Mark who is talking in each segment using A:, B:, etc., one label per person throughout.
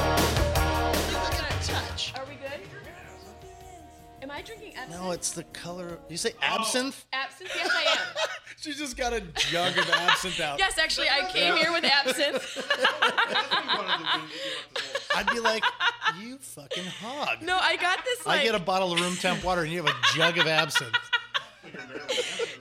A: It's gonna touch.
B: Are we good? Am I drinking absinthe?
A: No, it's the color. You say absinthe?
B: Absinthe? Yes, I am.
C: Oh, She just got a jug of absinthe out.
B: yes, actually, I came here with absinthe.
A: I'd be like, you fucking hog.
B: No, I got this. Like,
A: I get a bottle of room temp water and you have a jug of absinthe.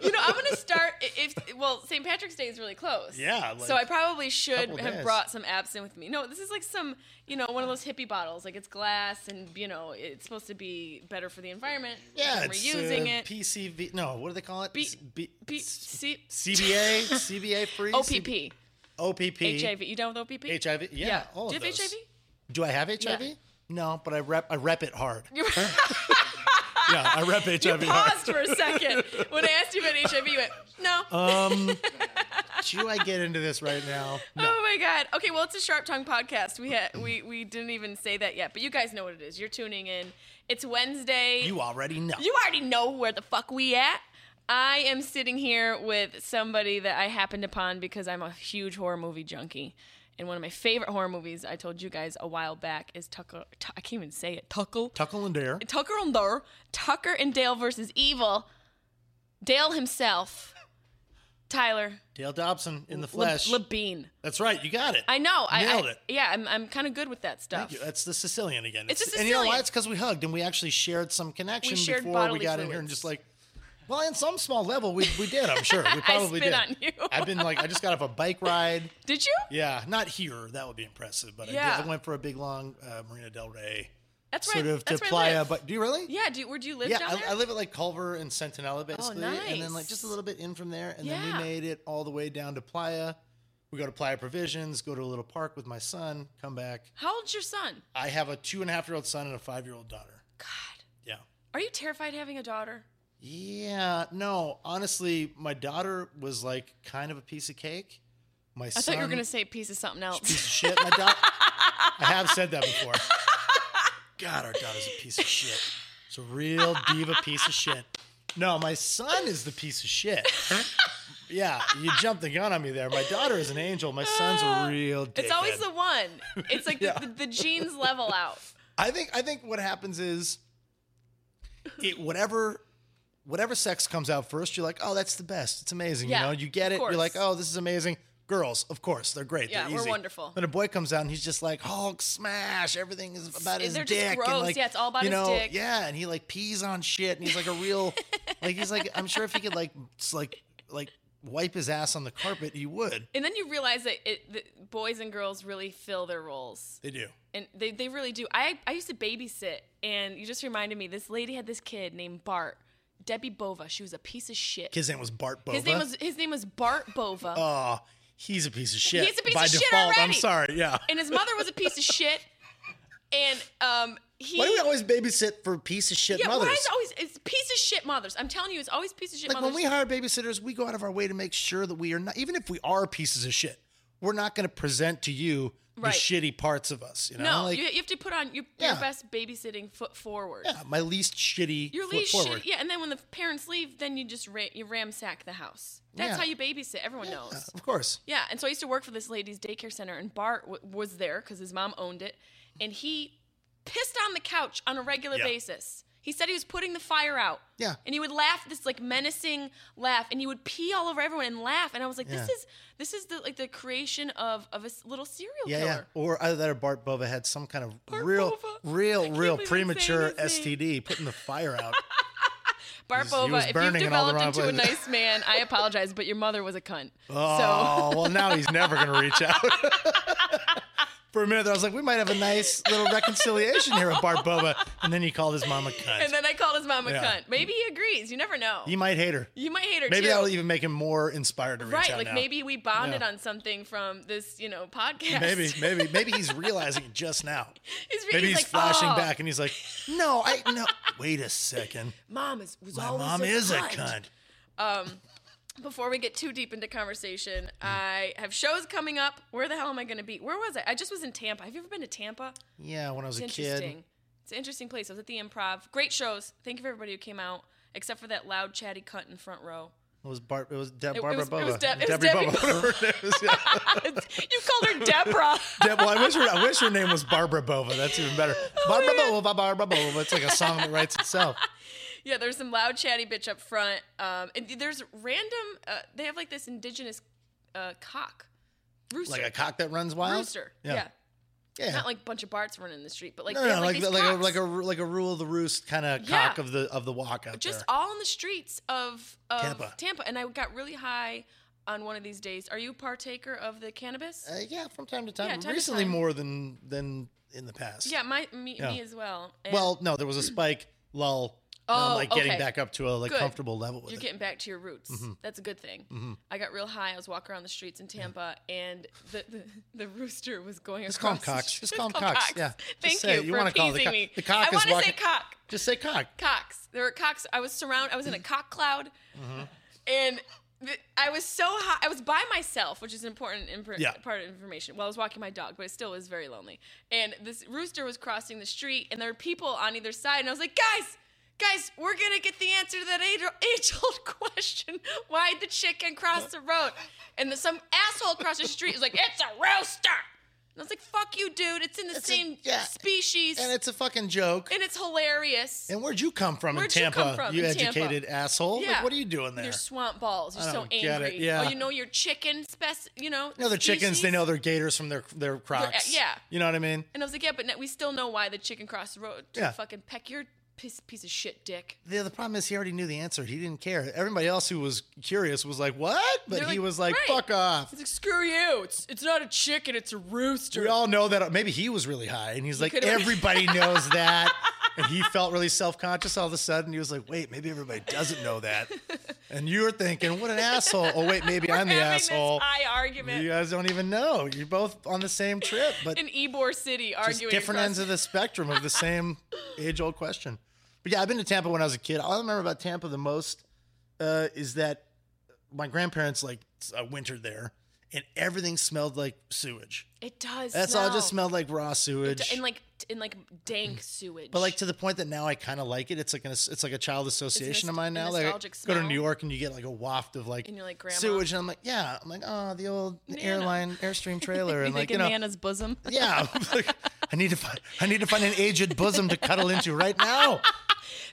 B: you know, I'm gonna start. i- If well, St. Patrick's Day is really close.
A: Yeah,
B: so
A: like,
B: I probably should
A: couple
B: have
A: days.
B: brought some absinthe with me. No, this is like some, you know, one of those hippie bottles. Like it's glass, and you know, it's supposed to be better for the environment.
A: Yeah,
B: I'm
A: it's
B: reusing
A: uh,
B: it.
A: PCV. No, what do they call it?
B: B-
A: S- B-
B: P- Oh,
A: C-
B: C-
A: CBA, CBA free.
B: OPP.
A: OPP.
B: HIV. You done with OPP?
A: HIV. Yeah, all
B: Do you
A: of
B: have
A: those.
B: HIV?
A: Do I have HIV?
B: Yeah.
A: No, but I rep I rep it hard.
B: You
A: yeah, I rep HIV hard.
B: paused for a second when I asked you about HIV. You went, no.
A: Do I get into this right now? No.
B: Oh my god. Okay, well it's a sharp tongue podcast. We ha- we we didn't even say that yet, but you guys know what it is. You're tuning in. It's Wednesday.
A: You already know.
B: You already know where the fuck we at. I am sitting here with somebody that I happened upon because I'm a huge horror movie junkie. And one of my favorite horror movies I told you guys a while back is Tucker Tu- I can't even say it. Tuckle.
A: Tuckle and dare.
B: Tucker and Dale. Tucker and Dale versus Evil. Dale himself. Tyler
A: Dale Dobson in the flesh.
B: Le- Labine.
A: That's right. You got it.
B: I know. I
A: Nailed
B: I,
A: it.
B: Yeah, I'm, I'm kind of good with that stuff.
A: Thank you. That's the Sicilian again.
B: It's a
A: And you know why?
B: Sicilian.
A: It's because we hugged and we actually shared some connection
B: shared
A: before we
B: bodily
A: got in here and
B: fluids.
A: just like, well, in some small level, we, we did, I'm sure. We probably
B: spit
A: did.
B: on you.
A: I've been like, I just got off a bike ride.
B: Did you?
A: Yeah, not here. That would be impressive. But I,
B: Yeah.
A: did, I went for a big long uh, Marina Del Rey
B: That's
A: sort
B: right.
A: of
B: That's
A: to
B: where I
A: Playa.
B: live.
A: But do you really?
B: Yeah. Do you, where do you live
A: Yeah,
B: down there?
A: I, I live at like Culver and Centinela basically, and then like
B: Oh, nice.
A: just a little bit in from there, and then
B: Yeah.
A: we made it all the way down to Playa. We go to Playa Provisions, go to a little park with my son, come back.
B: How old's your son?
A: I have a two and a half year old son and a five year old daughter.
B: God,
A: Yeah.
B: are you terrified having a daughter?
A: Yeah. No, honestly, my daughter was like kind of a piece of cake. My
B: I
A: son,
B: thought you were gonna say a piece of something
A: piece
B: else.
A: of shit. My daughter. I have said that before. God, our daughter's a piece of shit. It's a real diva piece of shit. No, my son is the piece of shit. Yeah, you jumped the gun on me there. My daughter is an angel. My son's a real. Dickhead.
B: Uh, It's always the one. It's like the, the, the genes level out.
A: I think I think what happens is it whatever whatever sex comes out first, you're like, oh, that's the best. It's amazing.
B: Yeah,
A: you know, you get
B: of
A: it. You're like,
B: course.
A: oh, this is amazing. Girls, of course, they're great.
B: Yeah,
A: they're
B: we're
A: easy.
B: wonderful.
A: Then a boy comes out and he's just like Hulk smash. Everything is about his
B: they're just
A: dick. And
B: gross.
A: like,
B: Yeah, it's all about
A: you
B: his
A: know,
B: dick.
A: Yeah, and he like pees on shit, and he's like a real, like he's like I'm sure if he could like s- like like wipe his ass on the carpet, he would.
B: And then you realize that it, that boys and girls really fill their roles.
A: They do.
B: And they, they really do. I, I used to babysit, and you just reminded me this lady had this kid named Bart, Debbie Bova. She was a piece of shit.
A: His name was Bart Bova.
B: His name was his name was Bart Bova,
A: Oh, he's a piece of shit.
B: He's a piece
A: By
B: of shit
A: default, I'm
B: already.
A: sorry. Yeah.
B: and his mother was a piece of shit. And um, he
A: Why do we always babysit for piece of shit
B: yeah,
A: mothers?
B: why is it always it's piece of shit mothers? I'm telling you, it's always piece of shit
A: like
B: mothers.
A: when we hire babysitters, we go out of our way to make sure that we are not, even if we are pieces of shit, we're not going to present to you
B: Right.
A: the shitty parts of us. You know,
B: no,
A: like
B: you, you have to put on your,
A: Yeah.
B: your best babysitting foot forward.
A: yeah, my least shitty
B: Your
A: foot
B: least
A: forward.
B: shit, yeah. And then when the parents leave, then you just ra- you ramsack the house. That's
A: Yeah.
B: how you babysit. Everyone knows.
A: Of course.
B: Yeah, and so I used to work for this lady's daycare center, and Bart w- was there because his mom owned it, and he pissed on the couch on a regular
A: Yeah.
B: basis. He said he was putting the fire out.
A: Yeah.
B: and he would laugh this like menacing laugh, and he would pee all over everyone and laugh, and I was like, this
A: Yeah.
B: is this is the like the creation of of a s- little serial
A: Yeah, yeah.
B: killer.
A: Or either that or Bart Bova had some kind of
B: Bart
A: real,
B: Bova. I
A: real,
B: can't
A: real
B: believe I'm saying
A: premature
B: his name.
A: STD, putting the fire out.
B: Bart
A: was- he was
B: Bova, if you've
A: burning in all the
B: developed into
A: wrong
B: a
A: places.
B: nice man, I apologize, but your mother was a cunt.
A: Oh, well, now he's never going to reach out. for a minute. There, I was like, we might have a nice little reconciliation here with Bart Boba. And then he called his mom a cunt.
B: And then I called his mom a
A: Yeah.
B: cunt. Maybe he agrees. You never know.
A: he might hate her.
B: you might hate her
A: Maybe
B: too.
A: that'll even make him more inspired to reach
B: right.
A: out
B: Like
A: now.
B: maybe we bonded
A: Yeah.
B: on something from this, you know, podcast.
A: Maybe, maybe, maybe he's realizing it just now.
B: he's, re-
A: Maybe he's,
B: like,
A: flashing
B: "Oh,
A: back and he's like, "No, I no. Wait a second.
B: Mom is was
A: My
B: always
A: mom
B: a
A: is
B: cunt.
A: a cunt.
B: Before we get too deep into conversation,
A: Mm.
B: I have shows coming up. Where the hell am I going to be? Where was I? I just was in Tampa. Have you ever been to Tampa?
A: Yeah, when I was a
B: It's
A: kid.
B: interesting. It's an interesting place. I was at the Improv. Great shows. Thank you for everybody who came out, except for that loud, chatty cunt in front row.
A: It was Bar- it was De-
B: It- it
A: Barbara
B: was- it
A: Boba.
B: was Deb- it was
A: Debbie
B: Debbie
A: Bubba. Whatever it is, yeah.
B: you called her Deborah.
A: Deb- well, I wish her I wish her name was Barbara Bova. That's even better.
B: Oh,
A: Barbara Bova, Barbara Bova. It's like a song that writes itself.
B: yeah, there's some loud, chatty bitch up front. Um, and there's random. Uh, they have like this indigenous uh, cock rooster.
A: Like a cock that runs wild.
B: rooster. Yeah.
A: Yeah. Yeah.
B: Not like a bunch of Barts running in the street, but like
A: no,
B: they
A: no,
B: have,
A: like
B: like
A: the-
B: these
A: like, a,
B: cocks
A: like a like a rule of the roost kind of
B: Yeah.
A: cock of the of the walk out
B: just
A: there.
B: all in the streets of, of Tampa.
A: Tampa.
B: And I got really high on one of these days. Are you a partaker of the cannabis?
A: Uh, yeah, from time to time.
B: Yeah, time to
A: Recently,
B: time.
A: more than than in the past.
B: yeah, my me,
A: Yeah.
B: me as well. And
A: Well, no, there was a spike lull. and I'm
B: Oh,
A: like getting
B: okay.
A: back up to a like
B: Good.
A: comfortable level with
B: You're
A: it. Mm-hmm.
B: getting back to your roots. That's a good thing. I got real high. I was walking around the streets in Tampa, and the, the, the rooster was going
A: Just call him
B: across. the
A: cocks.
B: street.
A: Just call him cocks. Yeah. Just
B: Thank
A: say
B: you,
A: it. You
B: for
A: wanna call it the
B: appeasing me.
A: cock- the cock
B: I
A: is
B: want to say
A: walking-
B: cock.
A: Just say cock.
B: Cocks. There were cocks. I was surround. I was in a cock cloud,
A: Mm-hmm.
B: and th- I was so high. I was by myself, which is an important impor-
A: Yeah.
B: part of information. Well, I was walking my dog, but it still was very lonely. And this rooster was crossing the street, and there were people on either side, and I was like, guys. Guys, we're gonna get the answer to that age-old question: Why would the chicken cross the road? And the, some asshole across the street was like, "It's a rooster," and I was like, "Fuck you, dude! It's in the
A: It's a-
B: same
A: yeah.
B: species,
A: And it's a fucking joke.
B: and it's hilarious."
A: And where'd you come from
B: Where'd
A: in
B: you
A: Tampa?
B: come from in Tampa?
A: educated asshole.
B: Yeah.
A: Oh, Like, what are you doing there?
B: Your swamp balls. You're
A: I
B: so
A: don't
B: angry.
A: get it, yeah.
B: Oh, you know your chicken spec. You know.
A: You know they're chickens. They
B: species? uh,
A: know they're gators from their their crocs.
B: yeah.
A: You know what I mean?
B: And I was like, yeah, but no, we still know why the chicken crossed the road to
A: Yeah.
B: fucking peck your piece, piece of shit dick.
A: The, the problem is he already knew the answer. He didn't care. Everybody else who was curious was like, "What?" But
B: They're
A: he
B: like,
A: was like,
B: "Right."
A: "Fuck off."
B: It's like screw you. It's it's not a chicken. It's a rooster.
A: We all know that. Maybe he was really high, and he's like,
B: could've-
A: "Everybody knows that." And he felt really self conscious all of a sudden. He was like, "Wait, maybe everybody doesn't know that." And you were thinking, "What an asshole!" Oh wait, maybe I'm the
B: Having
A: asshole.
B: This high argument
A: You guys don't even know. You're both on the same trip, but
B: in Ybor City
A: just
B: arguing.
A: different
B: across-
A: ends of the spectrum of the same age old question. But yeah, I've been to Tampa when I was a kid. All I remember about Tampa the most uh, is that my grandparents like s- uh, wintered there, and everything smelled like sewage.
B: It does.
A: That's all. It just smelled like raw
B: It
A: sewage.
B: do- And like in like dank sewage.
A: but like to the point that now I kind of like it. It's like an, it's like a child association of
B: nost-
A: mine
B: a
A: now. Like I
B: nostalgic
A: go to
B: smell.
A: New York and you get like a waft of like,
B: And you're like, "Grandma."
A: sewage, and I'm like, yeah, I'm like, oh, the old airline airstream trailer, and like you
B: in
A: know,
B: Nana's bosom.
A: yeah, I'm like, I need to find I need to find an aged bosom to cuddle into right now.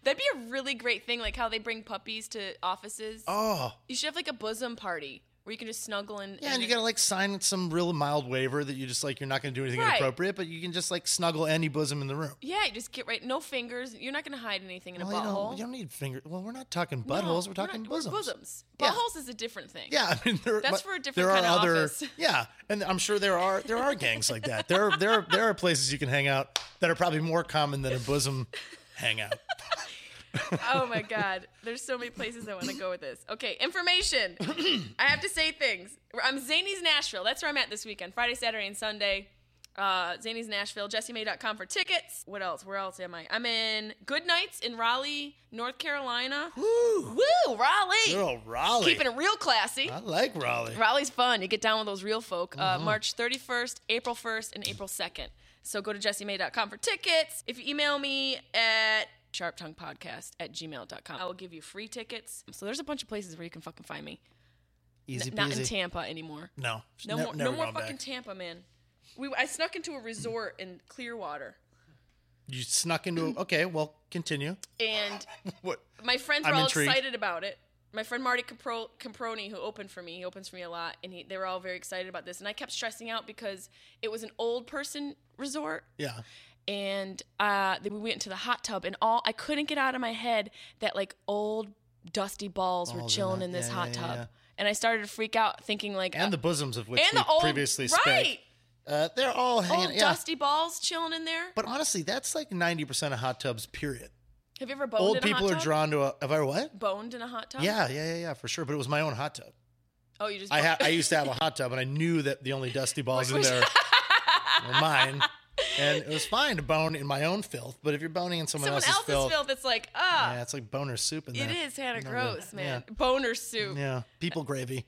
B: That'd be a really great thing, like how they bring puppies to offices.
A: Oh,
B: You should have like a bosom party where you can just snuggle and
A: yeah, and you gotta like sign some real mild waiver that you just like you're not gonna do anything
B: Right.
A: inappropriate, but you can just like snuggle any bosom in the room.
B: yeah, you just get right. No fingers. You're not gonna hide anything in a
A: Well, you
B: butthole.
A: don't, you don't need finger. Well, we're not talking
B: No,
A: buttholes.
B: we're
A: we're talking
B: not-
A: bosoms.
B: We're bosoms.
A: Yeah.
B: Buttholes is a different thing.
A: Yeah, I mean there,
B: That's
A: but
B: for a different kind of office.
A: Yeah, and I'm sure there are there are gangs like that. There are, there are, there are places you can hang out that are probably more common than a bosom hangout.
B: Oh my god, there's so many places I want to go with this. Okay, information. I have to say things. I'm Zany's Nashville. That's where I'm at this weekend. Friday, Saturday, and Sunday. Uh, Zany's Nashville. JessieMay.com for tickets. What else? Where else am I? I'm in Good Nights in Raleigh, North Carolina.
A: Woo,
B: Woo, Raleigh.
A: little Raleigh.
B: Keeping it real classy.
A: I like Raleigh.
B: Raleigh's fun. You get down with those real folk. Uh,
A: Uh-huh.
B: March 31st, April 1st, and April 2nd. So go to jessiemay.com for tickets. If you email me at sharptonguepodcast at gmail.com, I will give you free tickets. So there's a bunch of places where you can fucking find me.
A: Easy peasy.
B: Not in Tampa anymore.
A: No,
B: No
A: ne-
B: more,
A: never
B: no more
A: going back.
B: fucking Tampa, man. We, I snuck into a resort in Clearwater.
A: You snuck
B: Mm.
A: into. Okay, well, continue.
B: And
A: What?
B: my friends were
A: I'm
B: all
A: intrigued.
B: excited about it. My friend Marty Capro- Caproni, who opened for me, he opens for me a lot, and he, they were all very excited about this. And I kept stressing out because it was an old person resort,
A: Yeah.
B: and uh, then we went into the hot tub, and all I couldn't get out of my head that like old dusty balls were
A: Oh, they're
B: chilling
A: not-
B: in this
A: yeah,
B: hot
A: yeah,
B: tub,
A: yeah.
B: and I started to freak out, thinking like
A: And
B: uh,
A: the bosoms of which
B: and
A: we
B: the old
A: previously
B: right.
A: spoke. Uh, they're all hanging.
B: Old
A: yeah.
B: dusty balls chilling in there.
A: But honestly, that's like ninety percent of hot tubs. Period.
B: Have you ever boned
A: Old
B: in a hot
A: people are
B: tub?
A: drawn to a. Have I what?
B: Boned in a hot tub?
A: Yeah, yeah, yeah, yeah, for sure. But it was my own hot tub.
B: Oh, you just.
A: I ha-
B: boned-
A: I used to have a hot tub, and I knew that the only dusty balls in
B: Which-
A: there were mine. And it was fine to bone in my own filth, but if you're boning in someone,
B: Someone else's filth.
A: filth,
B: It's like, ah,
A: yeah, it's like boner soup in
B: it
A: there.
B: is kind of
A: No
B: gross,
A: good.
B: man. Boner soup.
A: Yeah, yeah. people gravy.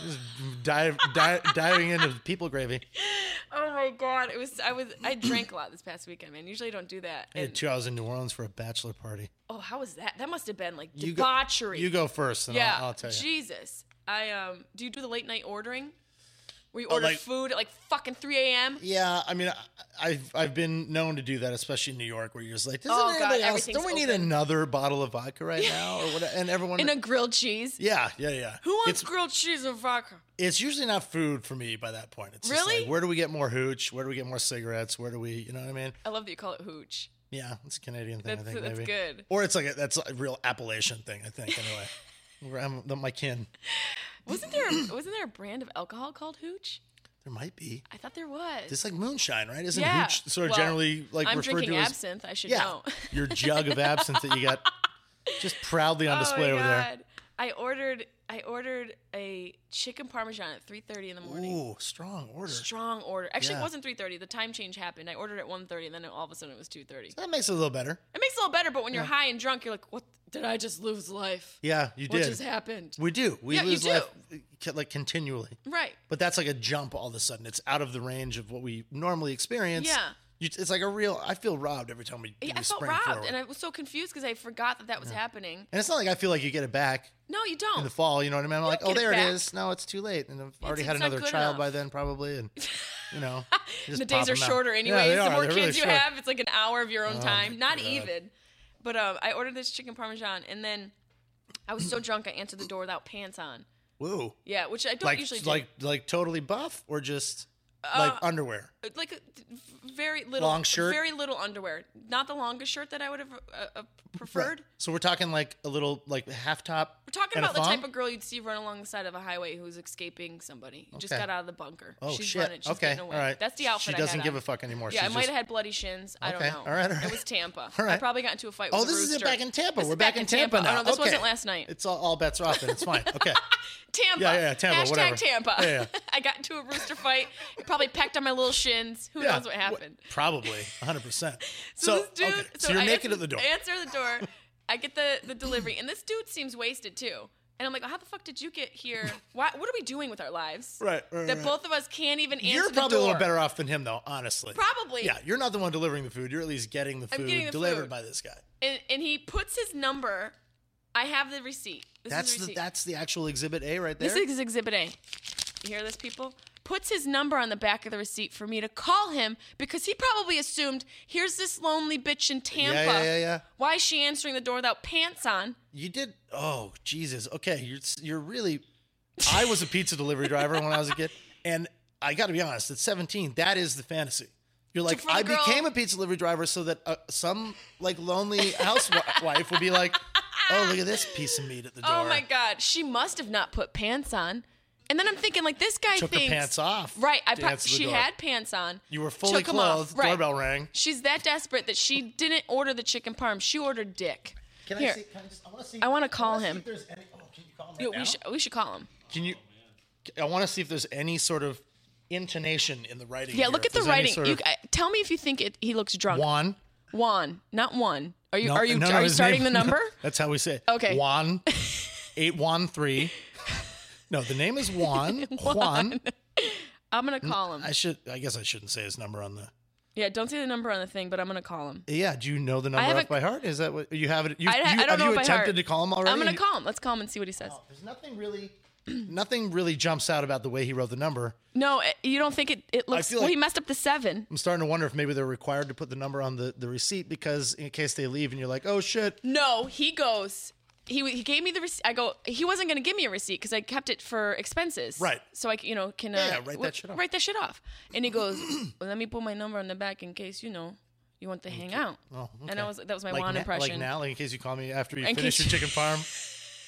A: Just dive, di- diving into the people gravy.
B: Oh my god, it was. I was. I drank a lot this past weekend, man. Usually I don't do that.
A: I had
B: And-
A: two hours in New Orleans for a bachelor party.
B: oh, how was that? That must have been like
A: You go-
B: debauchery.
A: You go first, and
B: Yeah.
A: I'll, I'll tell you.
B: Jesus, I um. Do you do the late night ordering? Where you
A: Oh,
B: order
A: like-
B: food at like fucking 3 a.m.
A: Yeah, I mean, I, I've I've been known to do that, especially in New York, where you're just like, doesn't
B: Oh, God,
A: anybody else?
B: everything's
A: Don't we need
B: open.
A: another bottle of vodka right now, or what? And everyone,
B: in a grilled cheese.
A: yeah, yeah, yeah.
B: Who wants
A: It's
B: grilled cheese and vodka?
A: it's usually not food for me by that point. It's just
B: Really?
A: like, where do we get more hooch? Where do we get more cigarettes? Where do we, you know what I mean?
B: I love that you call it hooch.
A: Yeah, it's a Canadian thing.
B: That's,
A: I think
B: that's
A: maybe.
B: good.
A: Or it's like a, that's a real Appalachian thing. I think anyway. Where I'm the- my kin.
B: Wasn't there wasn't there a brand of alcohol called hooch?
A: There might be.
B: I thought there was.
A: It's like moonshine, right? Isn't
B: Yeah.
A: hooch sort of
B: Well,
A: generally like
B: I'm
A: referred
B: drinking
A: to as
B: absinthe. I should
A: yeah,
B: know.
A: your jug of absinthe that you got just proudly on display
B: oh my
A: over there.
B: God. I ordered I ordered a chicken parmesan at 3:30 in the morning.
A: Ooh, strong order.
B: Strong order. Actually,
A: Yeah.
B: it wasn't 3:30. The time change happened. I ordered at 1:30 and then all of a sudden it was 2:30.
A: That makes it a little better.
B: It makes it a little better, but when you're high and drunk, you're like, "What did I just lose life?
A: Yeah, you
B: what
A: did.
B: just happened?"
A: we do. We
B: Yeah, you
A: lose
B: do.
A: life uh, like continually.
B: right.
A: But that's like a jump all of a sudden. It's out of the range of what we normally experience.
B: Yeah.
A: You, it's like a real. I feel robbed every time we.
B: Yeah,
A: we
B: I felt
A: spring
B: robbed,
A: forward.
B: and I was so confused because I forgot that that was happening.
A: And it's not like I feel like you get it back
B: No, you
A: in
B: don't.
A: the fall. You know what I mean? I'm like,
B: don't
A: oh,
B: get it
A: there
B: back.
A: it is. No, it's too late, and I've already
B: it's
A: had
B: not
A: another
B: good
A: child by
B: enough.
A: then, probably, and you know, you just
B: the
A: pop
B: days are
A: 'em out.
B: shorter,
A: Yeah,
B: anyways.
A: they
B: the
A: are.
B: more
A: They're
B: kids
A: really
B: you
A: short. Oh
B: have, it's like an hour of your own
A: my
B: time. Not
A: God.
B: even. But um, I ordered this chicken parmesan, and then I was so drunk I answered the door without pants on.
A: Whoa.
B: Yeah, which I don't
A: Like
B: usually do. Uh,
A: like like totally buff or just like underwear.
B: like a- very little
A: Long shirt?
B: very little underwear. Not the longest shirt that I would have uh, uh, preferred.
A: Right. So we're talking like a little like half top.
B: We're talking
A: and a
B: about the
A: thong?
B: type of girl you'd see run along the side of a highway who's escaping somebody. who Just
A: Okay.
B: got out of the bunker.
A: Oh
B: she's
A: shit!
B: running. She's
A: okay,
B: getting away.
A: all right.
B: That's the outfit.
A: She
B: I
A: doesn't
B: had
A: give
B: on.
A: a fuck anymore.
B: Yeah, I
A: She's
B: might
A: just-
B: have had bloody shins. I
A: Okay,
B: don't know.
A: all right, all right.
B: It was Tampa.
A: All
B: I
A: right.
B: probably got into a fight.
A: Oh,
B: with a
A: this is it
B: rooster.
A: back in Tampa.
B: This
A: We're
B: is back, in Tampa.
A: now.
B: Oh, no, this
A: Okay.
B: wasn't last night.
A: It's all, all bets are off, and it's fine. Okay.
B: Tampa.
A: Yeah, yeah, yeah, Tampa,
B: Hashtag
A: whatever.
B: Tampa.
A: Yeah, yeah.
B: I got into a rooster fight. It probably pecked on my little shins. Who
A: Yeah,
B: knows what happened?
A: wh- Probably 100. percent
B: So,
A: So,
B: this dude.
A: okay, so, you're
B: I
A: naked
B: answer,
A: at the door.
B: I answer the door. I get the the delivery, and this dude seems wasted too. And I'm like, how the fuck did you get here? Why, what are we doing with our lives?
A: Right, right,
B: That
A: right.
B: both of us can't even answer
A: You're
B: the
A: probably a little
B: door.
A: better off than him, though. Honestly.
B: Probably.
A: Yeah, you're not the one delivering the food. You're at least getting the
B: I'm
A: food
B: getting the
A: delivered
B: food.
A: by this guy.
B: And, and he puts his number. I have the receipt. This
A: That's
B: is the
A: the
B: receipt.
A: that's the actual exhibit A right there.
B: This is Exhibit A. You hear this, people? Puts his number on the back of the receipt for me to call him because he probably assumed here's this lonely bitch in Tampa.
A: yeah, yeah, yeah.
B: Why is she answering the door without pants on?
A: You did. Oh Jesus. Okay, you're you're really. I was a pizza delivery driver when I was a kid, and I got to be honest. At 17, that is the fantasy. You're like,
B: for the
A: I
B: girl-
A: became a pizza delivery driver so that uh, some like lonely housewife would be like, Oh, look at this piece of meat at the door.
B: Oh my God. She must have not put pants on. And then I'm thinking, like, this guy
A: Took her
B: thinks.
A: pants off.
B: Right. I
A: to
B: pro-
A: answer the
B: she
A: door.
B: had pants on.
A: You were fully
B: took 'em off,
A: clothed.
B: right.
A: Doorbell rang.
B: She's that desperate that she didn't order the chicken parm. She ordered dick.
A: Can
B: Here.
A: I see? Can I just? I want to see.
B: I wanna
A: wanna
B: call
A: see
B: him.
A: if there's any- oh, can you call him right
B: Yo,
A: now?
B: we, should, we should call him.
A: Can you? I want to see if there's any sort of intonation in the writing.
B: Yeah,
A: here,
B: look
A: if
B: at the
A: there's any
B: writing.
A: sort
B: you,
A: of-
B: I- tell me if you think it, he looks drunk.
A: Juan.
B: Juan, not one. Are you
A: No,
B: are you
A: no, no,
B: are you
A: his
B: starting
A: name-
B: the number?
A: That's how we say it.
B: Okay.
A: Juan, 813. No, the name is Juan. Juan.
B: I'm gonna call him.
A: I should. I guess I shouldn't say his number on the.
B: yeah, don't say the number on the thing, but I'm gonna call him.
A: Yeah. Do you know the number
B: haven't-
A: off by heart? Is that what you have it? You,
B: I,
A: you,
B: I don't
A: have
B: know
A: you
B: if I
A: attempted to call him already?
B: I'm gonna
A: You-
B: call him. Let's call him and see what he says.
A: There's nothing really. Nothing really jumps out about the way he wrote the number.
B: No, eh, you don't think it, it looks.
A: feel
B: well,
A: like-
B: he messed up the seven.
A: I'm starting to wonder if maybe they're required to put the number on the, the receipt because in case they leave and you're like, oh shit,
B: No, he goes. He, he gave me the receipt. I go. He wasn't gonna give me a receipt because I kept it for expenses.
A: Right.
B: So I c- you know can uh,
A: Yeah, yeah, write
B: w-
A: that shit off.
B: Write that shit off. And he goes, well, let me put my number on the back in case you know you want to hang out.
A: Oh, okay.
B: And I was that was my
A: like
B: Juan
A: na-
B: impression.
A: Like now, like in case you call me after you
B: In
A: finish
B: case-
A: your chicken farm,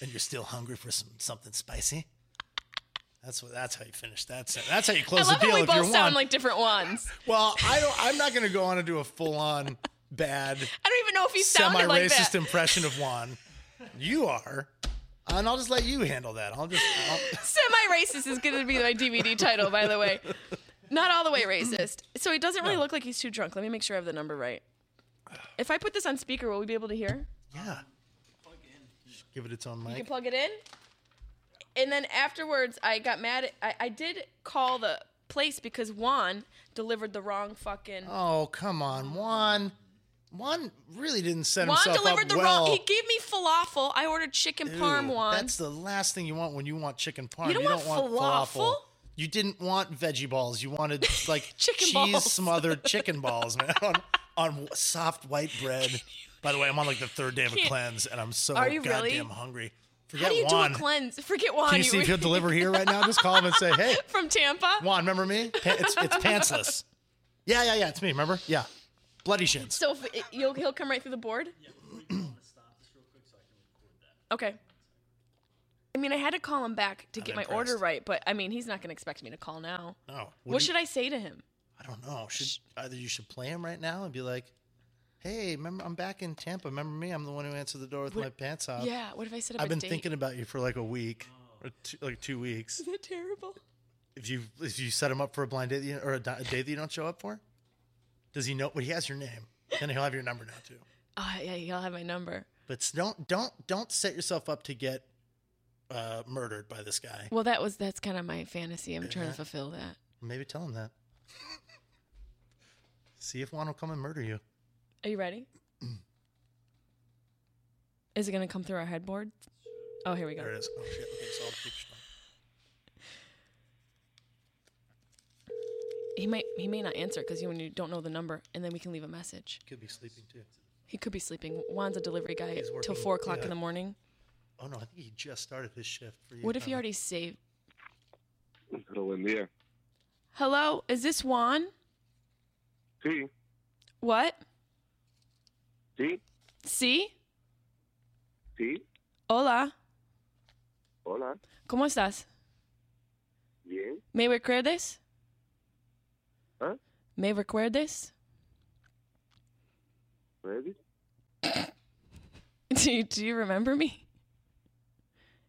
A: and you're still hungry for some something spicy. That's what. That's how you finish that. Set. That's how you close
B: I love
A: the deal.
B: how we
A: if
B: both
A: you're
B: sound
A: one.
B: like different ones.
A: well, I don't. I'm not going to go on and do a full on bad
B: I don't even know if he
A: semi
B: sounded like
A: racist
B: that.
A: impression of Juan. You are, and I'll just let you handle that. I'll just. I'll,
B: Semi racist is going to be my DVD title, by the way. Not all the way racist. So he doesn't really look like he's too drunk. Let me make sure I have the number right. If I put this on speaker, will we be able to hear?
A: yeah. Just give it its own
B: You can
A: mic.
B: plug it in. And then afterwards, I got mad. At, I, I did call the place because Juan delivered the wrong fucking.
A: Oh come on, Juan. Juan really didn't set
B: Juan
A: himself
B: delivered
A: up
B: the
A: well.
B: wrong. He gave me falafel. I ordered chicken parm.
A: Ew,
B: Juan.
A: That's the last thing you want when you want chicken parm.
B: You don't want falafel?
A: You didn't want veggie balls. You wanted like
B: Chicken
A: cheese
B: balls.
A: smothered chicken balls, man, on, on soft white bread. By the way, I'm on like the third day of a cleanse, and I'm so
B: Are you
A: goddamn
B: really?
A: hungry. Forget
B: How do you
A: Juan.
B: do a cleanse? Forget Juan.
A: Can you see if he'll deliver here right now? Just call him and say, "Hey,
B: from Tampa.
A: Juan, remember me? Pa- It's, it's pantsless." Yeah, yeah, yeah. It's me. Remember? Yeah. Bloody shins.
B: So if it, you'll, he'll come right through the board? Yeah, Okay. I mean, I had to call him back to get my order
A: impressed.
B: right, but I mean, he's not going to expect me to call now.
A: no.
B: What, should I say to him?
A: I don't know. Should either you should play him right now and be like, "Hey, remember I'm back in Tampa. Remember me? I'm the one who answered the door with my pants off.
B: Yeah, what if I set up
A: Uh, I've
B: a
A: been
B: date?
A: thinking about you for like a week, or two, like two weeks.
B: Is that terrible?
A: If you if you set him up for a blind date that you- or a, di- a day that you don't show up for, does he know? Well, he has your name, and he'll have your number now too.
B: Oh, yeah, he'll have my number.
A: But s- don't don't don't set yourself up to get uh, murdered by this guy.
B: Well, that was that's kind of my fantasy. I'm
A: Uh-huh.
B: trying to fulfill that.
A: Maybe tell him that. See if Juan will come and murder you.
B: Are you ready? Is it going to come through our headboard? Oh, here we go.
A: There it is. Oh shit! Okay, so I'll keep.
B: He might he may not answer because you when you don't know the number, and then we can leave a message.
A: Could be sleeping too.
B: He could be sleeping. Juan's a delivery guy
A: He's
B: till
A: working,
B: four o'clock
A: yeah.
B: in the morning.
A: Oh no, I think he just started his shift. For you
B: What if he
A: Tyler.
B: already saved?
D: Pero buen día.
B: Hello, is this Juan?
D: Sí,
B: What?
D: sí,
B: Sí.
D: sí.
B: Hola.
D: Hola.
B: ¿Cómo estás?
D: Bien.
B: ¿Me recuerdes?
D: ¿Ah?
B: ¿Me recuerdes?
D: ¿Ready?
B: Do you, do you remember me?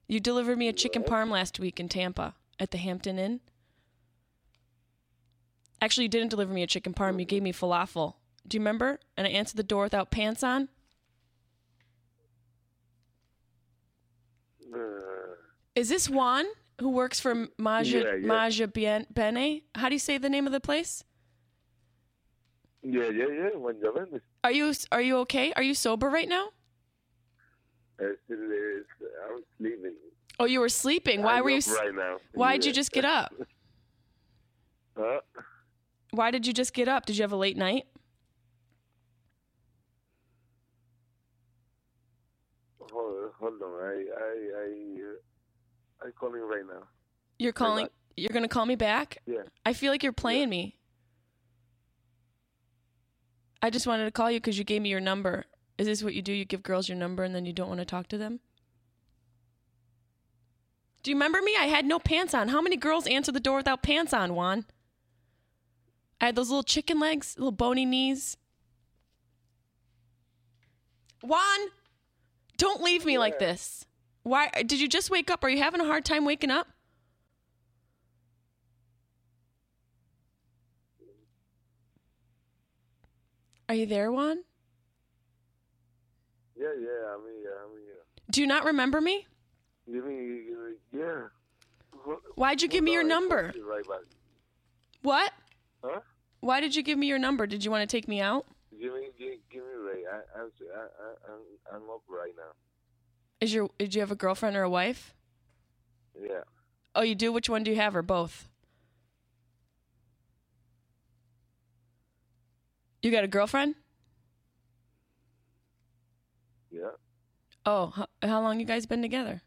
B: You delivered me a chicken parm last week in Tampa at the Hampton Inn. Actually, you didn't deliver me a chicken parm. You gave me falafel. Do you remember? And I answered the door without pants on.
D: Uh,
B: Is this Juan who works for Maja
D: Yeah, yeah.
B: Maja Bien, Bene? How do you say the name of the place?
D: yeah, yeah, yeah. Juan Llavenes.
B: Are you are you okay? Are you sober right now?
D: I still is. I'm sleeping.
B: Oh, you were sleeping. Why
D: I'm
B: were you?
D: up
B: s-
D: Right now.
B: Why'd
D: Yeah.
B: you just get up?
D: Huh?
B: Why did you just get up? Did you have a late night?
D: Hold, hold on. I, I, I, uh, I calling right now.
B: You're calling.
D: not.
B: You're gonna call me back.
D: Yeah.
B: I feel like you're playing me. I just wanted to call you because you gave me your number. Is this what you do? You give girls your number and then you don't want to talk to them? Do you remember me? I had no pants on. How many girls answer the door without pants on, Juan? I had those little chicken legs, little bony knees. Juan, don't leave me like this. Why did you just wake up? Are you having a hard time waking up? Are you there, Juan?
D: Yeah, yeah. I'm here. I'm here.
B: Do you not remember me?
D: Give me. Give me yeah. Ho-
B: Why'd you give
D: hold
B: me your
D: on, I'll
B: number?
D: call you Right back.
B: What?
D: Huh?
B: Why did you give me your number? Did you want to take me out?
D: Give me, give, give me right. I, I'm, I, I, I'm, I'm up right now.
B: Is your did you have a girlfriend or a wife?
D: Yeah.
B: Oh, you do. Which one do you have, or both? You got a girlfriend?
D: Yeah.
B: Oh, how, how long you guys been together?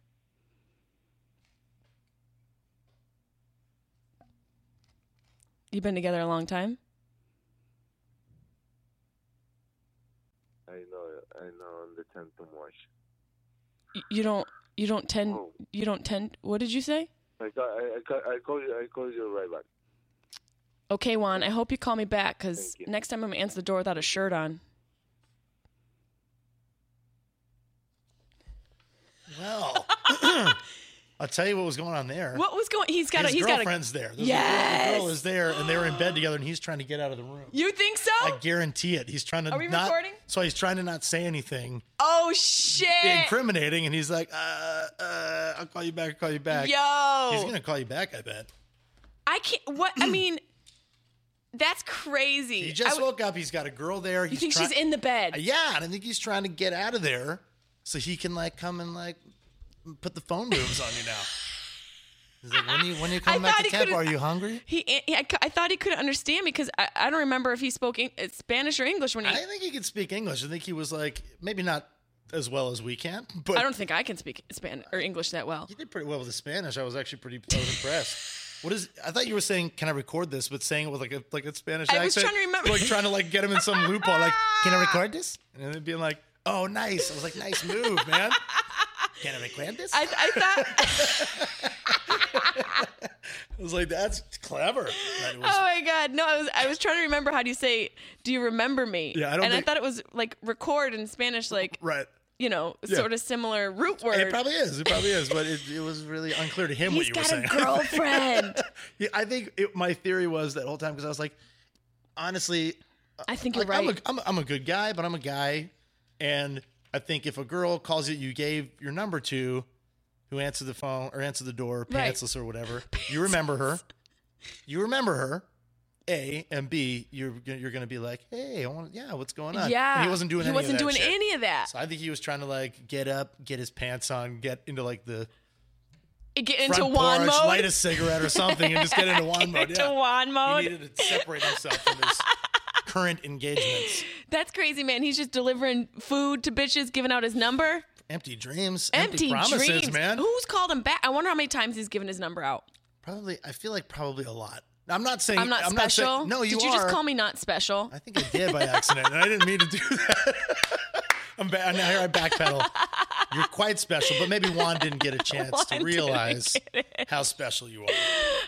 B: You've been together a long time.
D: I know. I know. I'm the tenth of March.
B: Y- You don't. You don't tend.
D: Oh.
B: You don't tend. What did you say?
D: I, ca- I, I, ca- I call you. I call you right back.
B: Okay, Juan, I hope you call me back because
D: Thank you.
B: next time I'm going to answer the door without a shirt on.
A: Well, I'll tell you what was going on there.
B: What was going He's got a.
A: His
B: He's got a.
A: girlfriend's there. There's a girl-
B: Yes!
A: the girl is there, and they were in bed together, and he's trying to get out of the room.
B: You think so?
A: I guarantee it. He's trying to.
B: Are we
A: not,
B: recording?
A: So he's trying to not say anything
B: oh, shit.
A: incriminating, and he's like, uh, uh, "I'll call you back. I'll call you back."
B: Yo.
A: He's gonna call you back. I bet.
B: I can't. What? I mean, that's crazy.
A: He
B: I
A: just
B: would-
A: woke up. He's got a girl there.
B: you
A: he's
B: think
A: try-
B: she's in the bed?
A: Uh, Yeah, and I think he's trying to get out of there so he can like come and like put the phone booms on you now. He's like, "When are you when are you coming back
B: thought he
A: to camp? Are
B: could've-
A: you hungry?"
B: He, he- I, cou- I thought he couldn't understand me because I, I don't remember if he spoke Eng- uh, Spanish or English when he.
A: I
B: I,
A: think he could speak English. I think he was like maybe not as well as we can, but
B: don't think I can speak Spanish or English that well.
A: he did pretty well with the Spanish. I was actually pretty I was impressed. What is? I thought you were saying, "Can I record this?" But saying it with like a like a Spanish
B: I
A: accent.
B: was trying to remember.
A: like trying to like get him in some loophole. Like, can I record this? And then being like, "Oh, nice." I was like, "Nice move, man." Can I record this?
B: I, I thought.
A: I was like, "That's clever." But it was-
B: oh my god! No, I was I was trying to remember how do you say? Do you remember me?
A: Yeah, I don't
B: And
A: think-
B: I thought it was like record in Spanish, like
A: right.
B: you know, sort of similar root word.
A: It probably is. It probably is. But it, it was really unclear to him what
B: He's
A: you
B: got
A: were saying.
B: a girlfriend.
A: yeah, I think it, my theory was that whole time because I was like, honestly,
B: I think you're
A: like,
B: right.
A: I'm, a, I'm, a, I'm a good guy, but I'm a guy. And I think if a girl calls it you gave your number to, who answered the phone or answered the door,
B: Right.
A: pantsless or whatever, you remember her. You remember her. A and B, you're gonna- you're gonna be like, hey, I want, yeah, what's going on?
B: yeah.
A: and he wasn't doing.
B: He
A: any
B: wasn't
A: of that
B: doing
A: shit.
B: any of that.
A: So I think he was trying to like get up, get his pants on, get into like the
B: Get into
A: front
B: Juan
A: porch,
B: mode.
A: light a cigarette or something, and just get into Juan mode.
B: into
A: yeah.
B: Juan mode.
A: He needed to separate himself from his current engagements.
B: That's crazy, man. He's just delivering food to bitches, giving out his number.
A: Empty dreams,
B: Empty,
A: empty, promises,
B: dreams.
A: man.
B: Who's called him back? I wonder how many times he's given his number out.
A: Probably, I feel like probably a lot. I'm not saying
B: I'm not special.
A: saying- no, you
B: Did
A: are.
B: you just call me not special?
A: I think I did by accident, and I didn't mean to do that. I'm ba- now here. I backpedal. You're quite special, but maybe Juan didn't get a chance
B: Juan
A: to
B: didn't
A: realize how special you are.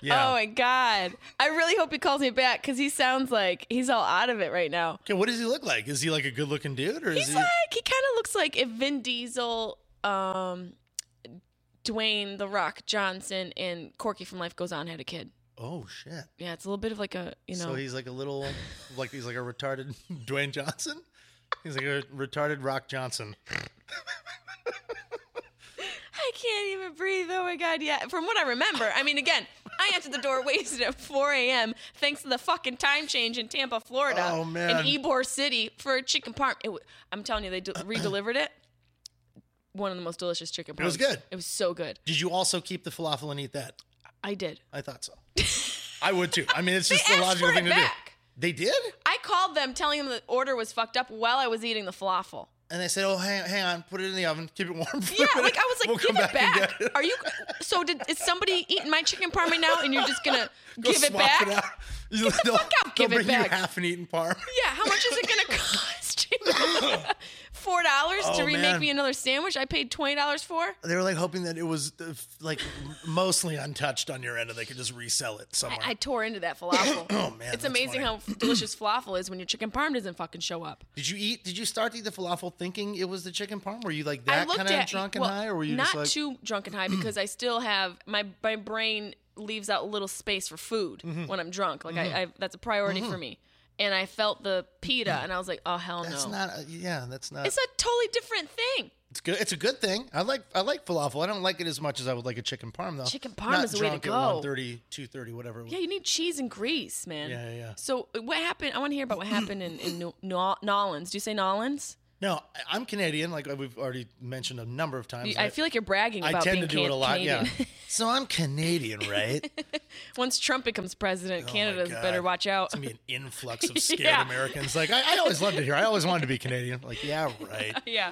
A: Yeah.
B: Oh my god! I really hope he calls me back because he sounds like he's all out of it right now.
A: okay, what does he look like? Is he like a good-looking dude, or is
B: He's
A: he?
B: like he kind of looks like if Vin Diesel, um, Dwayne the Rock Johnson, and Corky from Life Goes On had a kid.
A: oh shit.
B: Yeah, it's a little bit of like a you know.
A: So he's like a little, like he's like a retarded Dwayne Johnson. He's like a retarded Rock Johnson.
B: I can't even breathe. Oh my god, yeah. From what I remember, I mean, again, I answered the door wasted at 4 a.m. thanks to the fucking time change in Tampa, Florida,
A: Oh, man.
B: in Ybor City for a chicken parm. It, wa- I'm telling you, they de- re-delivered it. One of the most delicious chicken. Parms.
A: was good.
B: It was so good.
A: Did you also keep the falafel and eat that?
B: I did.
A: I thought so. I would too. I mean, it's just
B: They
A: the
B: asked
A: logical
B: for
A: thing
B: it
A: to do.
B: back.
A: They did,
B: I called them telling them the order was fucked up while I was eating the falafel.
A: and they said, "Oh, hang, hang on, put it in the oven, keep it warm." For
B: Yeah,
A: a minute.
B: like I was like,
A: We'll
B: give
A: come
B: it
A: and
B: back.
A: get it."
B: Are you? So did is somebody eating my chicken parm right now, and you're just gonna
A: Go
B: give it
A: swap
B: back?
A: out. You know, they'll,
B: fuck out,
A: they'll
B: give it
A: bring
B: back.
A: you half an eaten parm.
B: Yeah, how much is it gonna cost you? Four dollars to
A: Oh,
B: remake
A: man.
B: me another sandwich I paid twenty dollars for?
A: They were like hoping that it was uh, f- like mostly untouched on your end, and they could just resell it somewhere.
B: I tore into that falafel.
A: Oh, man,
B: It's
A: that's
B: amazing
A: funny.
B: how f- delicious falafel is when your chicken parm doesn't fucking show up.
A: Did you eat? Did you start to eat the falafel thinking it was the chicken parm? Were you like that
B: I looked
A: kind of
B: at
A: drunk and
B: well,
A: high, or were you
B: not
A: just like
B: too drunk and high because I still have my my brain leaves out little space for food
A: Mm-hmm.
B: when I'm drunk. Like I, I that's a priority for me. And I felt the pita, and I was like, oh hell
A: that's
B: no,
A: not? A, yeah, that's not.
B: it's a totally different thing.
A: It's good. It's a good thing. I like I like falafel. I don't like it as much as I would like a chicken parm though.
B: Chicken parm
A: Not
B: is the way to
A: drunk at
B: go.
A: 1:30, 2:30, whatever. It was.
B: Yeah, you need cheese and grease, man.
A: Yeah, yeah, yeah.
B: So uh, what happened? I want to hear about what happened in, in New, New, Orleans. Do you say New Orleans?
A: No, I- I'm Canadian. Like we've already mentioned a number of times.
B: You- I
A: right?
B: feel like you're bragging
A: I
B: about
A: tend
B: being
A: to do it a
B: Can-
A: lot.
B: Canadian.
A: Yeah. so I'm Canadian, right?
B: Once Trump becomes president, Canada's
A: Oh God.
B: better watch out.
A: It's gonna be an influx of scared
B: Yeah.
A: Americans. Like I, I always loved it here. I always wanted to be Canadian. Like yeah, right.
B: yeah,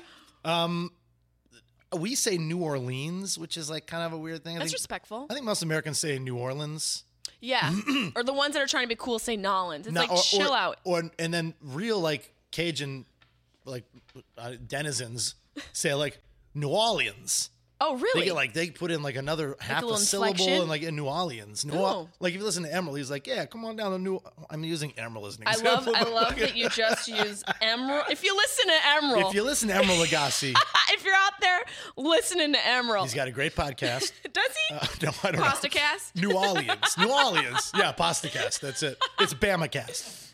A: We say New Orleans, which is like kind of a weird thing. I
B: that's
A: think,
B: respectful.
A: I think most Americans say New Orleans.
B: Yeah, or the ones that are trying to be cool say New Orleans. It's
A: No,
B: like chill out.
A: Or and then real like Cajun, like uh, denizens say like New Orleans.
B: Oh, really?
A: They get like they put in like another half a,
B: little
A: syllable
B: inflection?
A: and like in New Orleans. New
B: Oh.
A: like if you listen to Emerald, he's like, yeah, come on down to New. I'm using Emerald as an
B: I love
A: example.
B: I
A: but
B: love
A: like-
B: that you just use Emerald. If you listen to Emerald,
A: If you listen to Emerald Lagasse,
B: if you're out there listening to Emerald,
A: he's got a great podcast.
B: does he?
A: Uh, no, I don't know.
B: Postacast?
A: New Orleans. New Orleans. Yeah, PastaCast. That's it. It's BamaCast.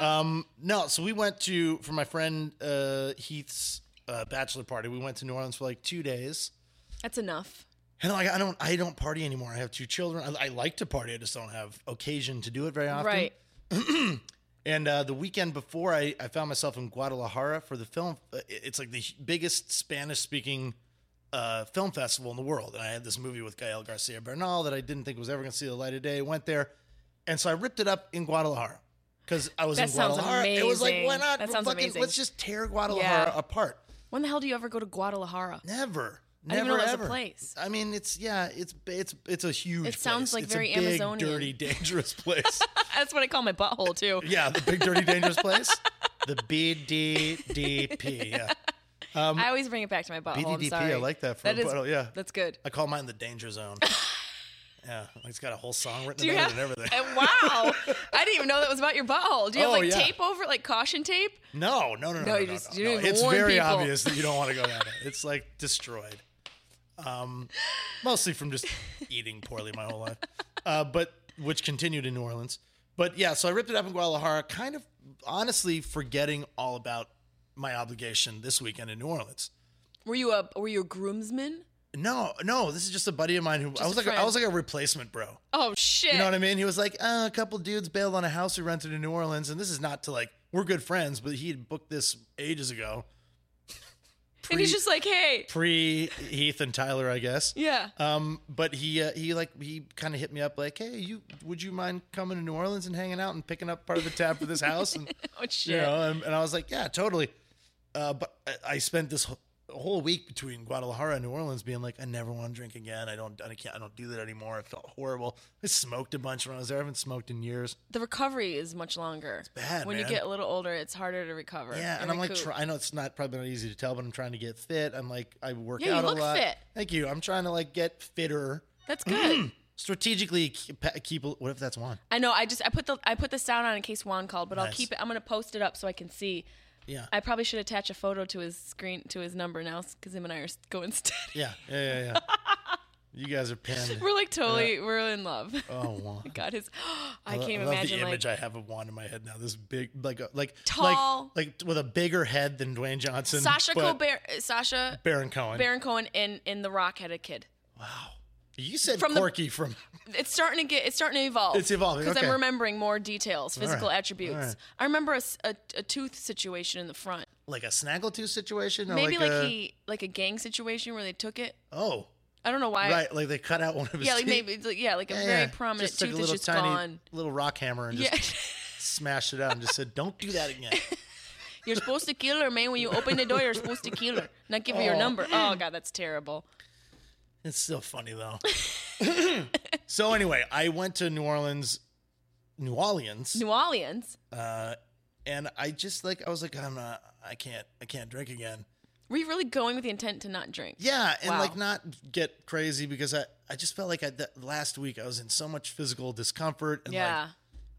A: Um, no, so we went to, for my friend uh, Heath's uh, bachelor party, we went to New Orleans for like two days.
B: That's enough.
A: And like I don't, I don't party anymore. I have two children. I, I like to party. I just don't have occasion to do it very often.
B: Right.
A: And uh, the weekend before, I, I found myself in Guadalajara for the film. uh, it- It's like the h- biggest Spanish speaking uh, film festival in the world. And I had this movie with Gael Garcia Bernal that I didn't think was ever going to see the light of day. I went there. And so I ripped it up in Guadalajara because I was
B: That
A: in
B: sounds
A: Guadalajara. It was like, why
B: amazing.
A: not?
B: That sounds
A: fucking,
B: amazing.
A: Let's just tear Guadalajara
B: Yeah.
A: apart.
B: When the hell do you ever go to Guadalajara?
A: Never.
B: I didn't even
A: Never
B: know that was a
A: ever.
B: place.
A: I mean, it's yeah, it's it's it's a huge.
B: It sounds
A: place.
B: like
A: It's
B: very
A: a big,
B: Amazonian.
A: dirty, dangerous place.
B: That's what I call my butthole too.
A: Yeah, the big dirty dangerous place. The BDDP. Yeah. Um,
B: I always bring it back to my butthole. I'm
A: BDDP, I
B: sorry.
A: like that for
B: That
A: a
B: is-
A: butthole, yeah.
B: that's good.
A: I call mine the danger zone. Yeah, it's got a whole song written
B: Do you
A: about
B: have
A: it and everything.
B: uh, wow, I didn't even know that was about your butthole. Do you
A: Oh,
B: have like
A: yeah.
B: tape over, it, like caution tape?
A: No, no, no, no,
B: No,
A: no,
B: you
A: no,
B: just-
A: no,
B: you
A: no.
B: don't even
A: It's
B: warn
A: very
B: people.
A: obvious that you don't want to go down it. It's like destroyed, um, mostly from just eating poorly my whole life, uh, but which continued in New Orleans. But yeah, so I ripped it up in Guadalajara, kind of honestly forgetting all about my obligation this weekend in New Orleans.
B: Were you a were you a groomsman?
A: No, no, this is just a buddy of mine who I
B: a
A: was like a, I
B: friend.
A: was like a replacement bro.
B: Oh shit!
A: You know what I mean? He was like, uh, a couple dudes bailed on a house we rented in New Orleans, and this is not to like we're good friends, but he had booked this ages ago.
B: and he's just like, hey,
A: pre Heath and Tyler, I guess.
B: yeah.
A: Um, but he uh, he like he kind of hit me up like, hey, you would you mind coming to New Orleans and hanging out and picking up part of the tab for this house? And
B: Oh shit!
A: you know, and, and I was like, yeah, totally. Uh, but I, I spent this wh- whole week between Guadalajara and New Orleans being like, I never want to drink again. I don't, I can't, I don't do that anymore. I felt horrible. I smoked a bunch when I was there. I haven't smoked in years.
B: The recovery is much longer. It's
A: bad,
B: When
A: man.
B: you get a little older, it's harder to recover.
A: Yeah, and I'm like,
B: recoup.
A: try, I know it's not probably not easy to tell, but I'm trying to get fit. I'm like, I work
B: Yeah, you
A: out
B: look
A: a lot.
B: fit.
A: Thank you. I'm trying to like get fitter.
B: that's good.
A: strategically keep, keep what if that's one
B: I know. I just I put the I put the sound on in case Juan called, but I'll
A: Nice.
B: keep it. I'm gonna post it up so I can see.
A: yeah
B: I probably should attach a photo to his screen to his number now because him and I are going steady.
A: yeah yeah yeah, yeah. you guys are pinned
B: We're like totally we're in love.
A: oh one
B: God, his I
A: lo-
B: can't
A: love
B: imagine
A: the
B: like
A: image I have of Juan in my head now. This big, like, a- like
B: Tall.
A: like, like with a bigger head than Dwayne Johnson.
B: Sasha
A: but
B: Colbert, uh, Sasha
A: Baron Cohen.
B: Baron Cohen in in The Rock had a kid.
A: you said
B: from the-
A: Corky from.
B: It's starting to get it's starting to evolve.
A: It's evolving,
B: because
A: okay.
B: I'm remembering more details, physical
A: right, all
B: attributes.
A: right.
B: I remember a, s- a- a tooth situation in the front.
A: Like a snaggletooth situation, or
B: Maybe
A: like,
B: like,
A: a,
B: he like a gang situation where they took it.
A: Oh,
B: I don't know why.
A: right, like they cut out one of his.
B: Yeah, like
A: teeth.
B: maybe it's like, yeah, like a
A: Yeah,
B: very
A: yeah.
B: prominent
A: Just took
B: tooth
A: a
B: that's
A: little
B: just
A: tiny
B: gone.
A: little rock hammer and
B: Yeah.
A: just smashed it out and just said, "Don't do that again."
B: You're supposed to kill her, man. When you open the door, you're supposed to kill her. Not give her your number. Oh god, that's terrible.
A: It's still funny though. so anyway, I went to New Orleans, New Orleans,
B: New Orleans.
A: uh, and I just like I was like I'm not, I can't, I can't drink again.
B: Were you really going with the intent to not drink?
A: Yeah, and
B: Wow.
A: like not get crazy because I I just felt like I that last week I was in so much physical discomfort and
B: Yeah.
A: like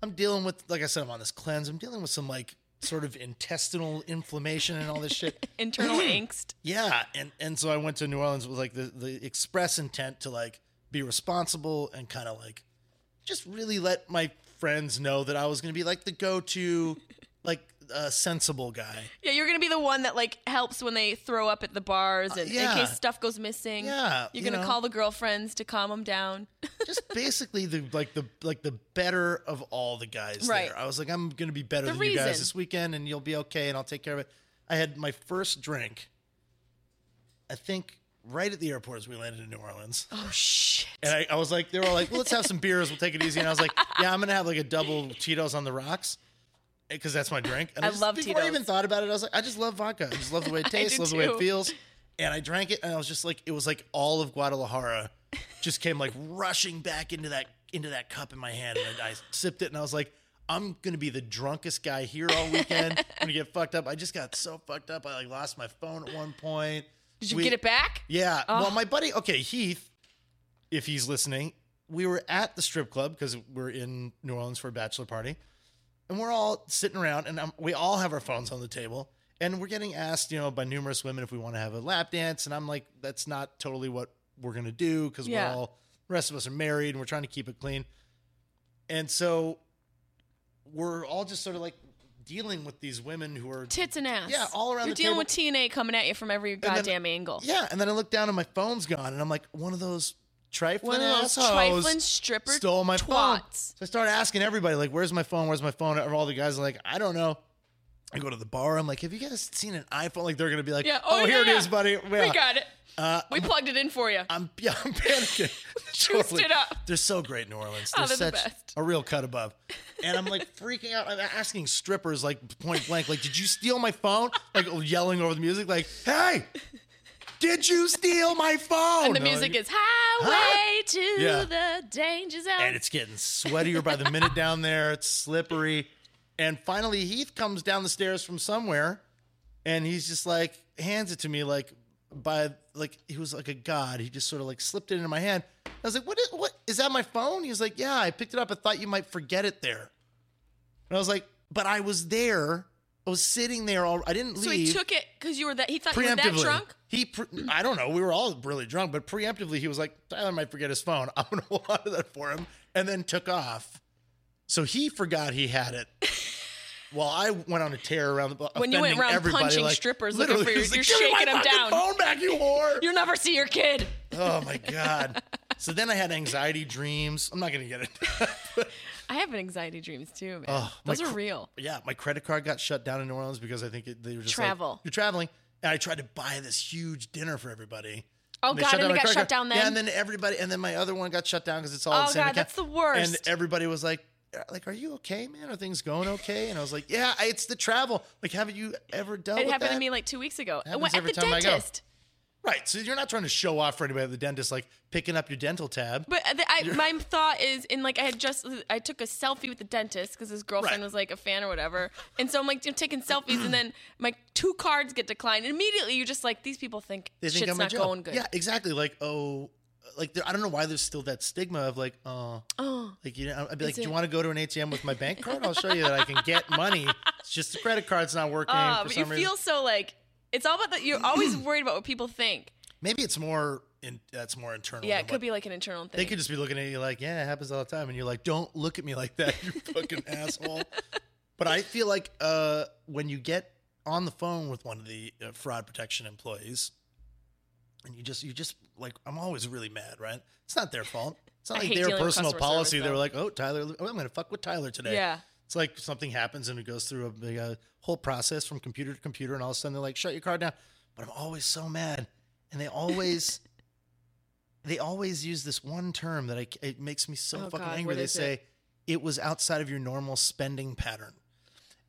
A: I'm dealing with like I said I'm on this cleanse. I'm dealing with some like sort of intestinal inflammation and all this shit.
B: Internal angst.
A: Yeah, and and so I went to New Orleans with like the the express intent to like be responsible and kind of like just really let my friends know that I was going to be like the go to like uh, sensible guy.
B: Yeah, you're gonna be the one that like helps when they throw up at the bars, and
A: yeah.
B: in case stuff goes missing.
A: Yeah,
B: You're
A: you
B: gonna
A: know.
B: call the girlfriends to calm them down.
A: Just basically the like the like the better of all the guys
B: Right.
A: there. I was like I'm going to be better
B: The
A: than you guys
B: reason.
A: this weekend and you'll be okay and I'll take care of it. I had my first drink I think right at the airport as we landed in New Orleans.
B: Oh shit.
A: And I, I was like, they were like, well, let's have some beers. We'll take it easy. And I was like, yeah, I'm going to have like a double Tito's on the rocks because that's my drink. And
B: I
A: just-
B: love
A: before I
B: Tito's.
A: even thought about it, I was like, I just love vodka. I just love the way it tastes,
B: do
A: love the way
B: too.
A: it feels. And I drank it and I was just like, it was like all of Guadalajara just came like rushing back into that, into that cup in my hand. And I sipped it and I was like, I'm going to be the drunkest guy here all weekend. I'm going to get fucked up. I just got so fucked up. I like lost my phone at one point.
B: Did you
A: We-
B: get it back?
A: Yeah.
B: Oh.
A: Well, my buddy, okay, Heath, if he's listening, we were at the strip club because we're in New Orleans for a bachelor party, and we're all sitting around, and I'm, we all have our phones on the table, and we're getting asked, you know, by numerous women if we want to have a lap dance, and I'm like, that's not totally what we're gonna do because
B: Yeah.
A: we're all the rest of us are married and we're trying to keep it clean, and so we're all just sort of like dealing with these women who are
B: Tits and ass.
A: Yeah, all around
B: You're
A: the
B: dealing
A: table.
B: with TNA coming at you from every
A: then-
B: goddamn angle.
A: Yeah, and then I look down and my phone's gone, and I'm like, one of those trifling
B: One of those
A: assholes
B: trifling stripper
A: stole my phone.
B: twats.
A: So I start asking everybody, like, where's my phone? Where's my phone? And all the guys are like, I don't know. I go to the bar. I'm like, have you guys seen an iPhone? Like, they're gonna be like,
B: Yeah.
A: oh,
B: Oh,
A: here
B: yeah,
A: it
B: yeah.
A: is, buddy. Yeah.
B: We got it.
A: Uh,
B: we plugged it in for you.
A: I'm yeah, I'm panicking.
B: Juiced it up.
A: They're so great, in New Orleans.
B: Oh,
A: They're
B: they're
A: such
B: the best.
A: a real cut above. And I'm like freaking out. I'm asking strippers like point blank, like, did you steal my phone? Like yelling over the music, like, hey, did you steal my phone?
B: and the
A: No,
B: music
A: you-
B: is highway to
A: Yeah.
B: the danger zone.
A: and it's getting sweatier by the minute down there. It's slippery. And finally, Heath comes down the stairs from somewhere, and he's just like hands it to me like by like he was like a god. He just sort of like slipped it into my hand. I was like, "What is what is that? My phone?" He was like, "Yeah, I picked it up. I thought you might forget it there." And I was like, "But I was there. I was sitting there. All I didn't leave."
B: so he took it because you were that. He thought you were that drunk.
A: He, pre- I don't know. We were all really drunk, but preemptively, he was like, "Tyler might forget his phone. I'm gonna hold on to that for him," and then took off. So he forgot he had it. Well, I went on a tear around the block.
B: When you went
A: offending
B: around
A: everybody,
B: punching
A: like,
B: strippers looking
A: literally,
B: for your-
A: he's like,
B: you're
A: "Give me my
B: shaking 'em
A: fucking
B: down."
A: Phone back, you whore!
B: You'll never see your kid.
A: oh my god. So then I had anxiety dreams. I'm not gonna get it.
B: I have anxiety dreams too, man.
A: Oh, my
B: Those are
A: cr-
B: real.
A: yeah, my credit card got shut down in New Orleans because I think it, they were just like,
B: Travel.
A: you're traveling, and I tried to buy this huge dinner for everybody.
B: Oh
A: they
B: god,
A: shut
B: and
A: down
B: it
A: my
B: got
A: credit
B: shut
A: card.
B: down then.
A: Yeah, and then everybody, and then my other one got shut down because it's all.
B: Oh,
A: in the same
B: God,
A: account.
B: that's the worst.
A: And everybody was like, "Uh, "Like, are you okay, man? Are things going okay?" And I was like, "Yeah, I- it's the travel. Like, haven't you ever dealt
B: it
A: with
B: happened
A: that?"
B: to me like two weeks ago. I
A: Happens
B: went at
A: every
B: the
A: time I go.
B: dentist.
A: right. So you're not trying to show off for anybody at the dentist, like picking up your dental tab.
B: But the, I, my thought is, and like I had just, I took a selfie with the dentist because his girlfriend
A: Right.
B: was like a fan or whatever, and so I'm like I'm taking selfies, and then my two cards get declined, and immediately you're just like, these people think
A: They think
B: shit's
A: I'm a
B: not
A: joke.
B: going good.
A: Yeah, exactly. Like, oh, like there, I don't know why there's still that stigma of like, oh,
B: Oh,
A: Like you, know, I'd be like,
B: Is
A: "Do you
B: it-
A: want to go to an ATM with my bank card? I'll show you that I can get money. It's just the credit card's not working
B: uh,
A: for
B: but
A: some
B: you
A: reason."
B: feel so like it's all about that. You're always worried about what people think.
A: Maybe it's more in, that's more internal.
B: Yeah,
A: than
B: it
A: what-
B: could be like an internal thing.
A: They could just be looking at you like, "Yeah, it happens all the time," and you're like, "Don't look at me like that, you fucking asshole." But I feel like uh, when you get on the phone with one of the uh, fraud protection employees, and you just you just like, I'm always really mad, right? It's not their fault. It's not
B: I
A: like
B: hate
A: their
B: dealing with
A: personal
B: customer
A: policy.
B: service,
A: they were
B: though.
A: like, "Oh, Tyler, oh, I'm gonna fuck with Tyler today."
B: Yeah.
A: It's like something happens and it goes through a, big, uh whole process from computer to computer, and all of a sudden they're like, "Shut your car down." But I'm always so mad, and they always, they always use this one term that I c it makes me so
B: Oh,
A: fucking
B: God,
A: angry.
B: what
A: They
B: is
A: say
B: it?
A: it? was outside of your normal spending pattern,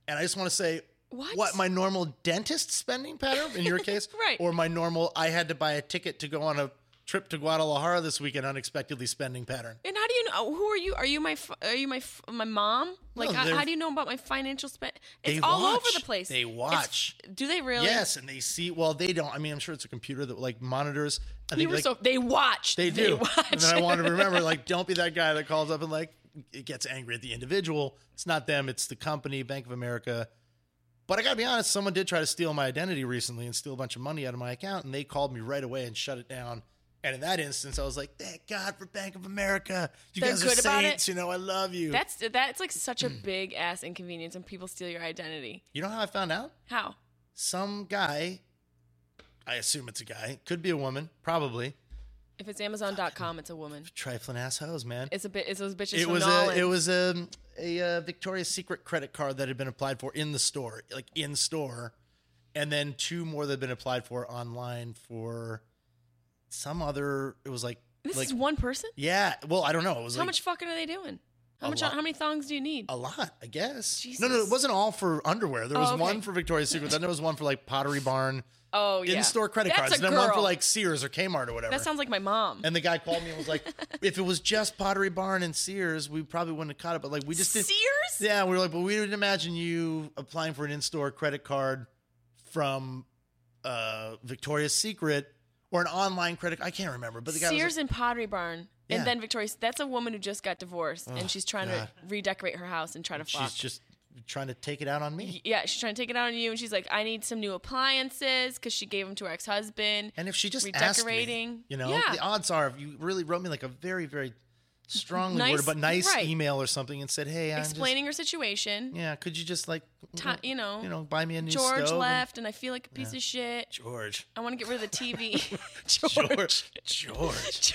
A: and I just want to say.
B: What?
A: my normal dentist spending pattern in your case,
B: Right.
A: Or my normal I had to buy a ticket to go on a trip to Guadalajara this weekend unexpectedly spending pattern.
B: And how do you know? Who are you? Are you my? f- Are you my? f- My mom? Like,
A: No,
B: how,
A: they're-
B: how do you know about my financial spend? It's
A: They
B: all over
A: watch.
B: the place.
A: They
B: It's-
A: watch.
B: do they really?
A: Yes, and they see. Well, they don't. I mean, I'm sure it's a computer that like monitors. I
B: You
A: think
B: were
A: like,
B: so. They watch.
A: they do.
B: watch.
A: and then I want to remember, like, don't be that guy that calls up and like it gets angry at the individual. It's not them. It's the company, Bank of America. But I gotta be honest, someone did try to steal my identity recently and steal a bunch of money out of my account, and they called me right away and shut it down. And in that instance, I was like, "Thank God for Bank of America. You
B: They're
A: guys are
B: good about it.
A: saints. You know, I love you."
B: That's that's like such a big ass inconvenience when people steal your identity.
A: you know how I found out?
B: How?
A: Some guy, I assume it's a guy, could be a woman, probably.
B: If it's Amazon.com, it's a woman.
A: trifling ass hoes, man.
B: It's a bit. It's those bitches
A: it
B: from
A: was
B: Holland.
A: a it was a a uh, Victoria's Secret credit card that had been applied for in the store, like in store, and then two more that had been applied for online for some other. It was like
B: This
A: like
B: is one person.
A: yeah. Well, I don't know. It was
B: How
A: like
B: much fucking are they doing? How
A: A
B: much?
A: lot.
B: How many thongs do you need?
A: a lot, I guess. No, no, it
B: Jesus.
A: wasn't all for underwear. There
B: Oh,
A: was
B: okay.
A: one for Victoria's Secret. Then there was one for like Pottery Barn
B: Oh yeah.
A: in-store credit
B: That's
A: cards,
B: A
A: and then
B: girl.
A: one for like Sears or Kmart or whatever.
B: That sounds like my mom.
A: And the guy called me and was like, if it was just Pottery Barn and Sears, we probably wouldn't have caught it. But like, we just didn't.
B: Sears.
A: Yeah, we were like, but we didn't imagine you applying for an in store credit card from uh, Victoria's Secret or an online credit. I can't remember, but the guy
B: Sears
A: was like,
B: and Pottery Barn.
A: Yeah.
B: And then Victoria's. That's a woman who just got divorced, and she's trying
A: God.
B: to redecorate her house and try to fuck.
A: she's just trying to take it out on me.
B: yeah, she's trying to take it out on you, and she's like, "I need some new appliances because she gave them to her ex-husband."
A: And if she just asked
B: Redecorating.
A: me, you know,
B: Yeah.
A: the odds are if you really wrote me like a very, very strongly
B: Nice-
A: worded but nice
B: right.
A: email or something and said, "Hey, I'm just-
B: explaining her situation.
A: yeah, could you just like,
B: Ti- you know,
A: you know, buy me a new
B: George
A: stove and-
B: left, and I feel like a piece of shit.
A: George,
B: I want to get rid of the TV.
A: George, George.
B: George.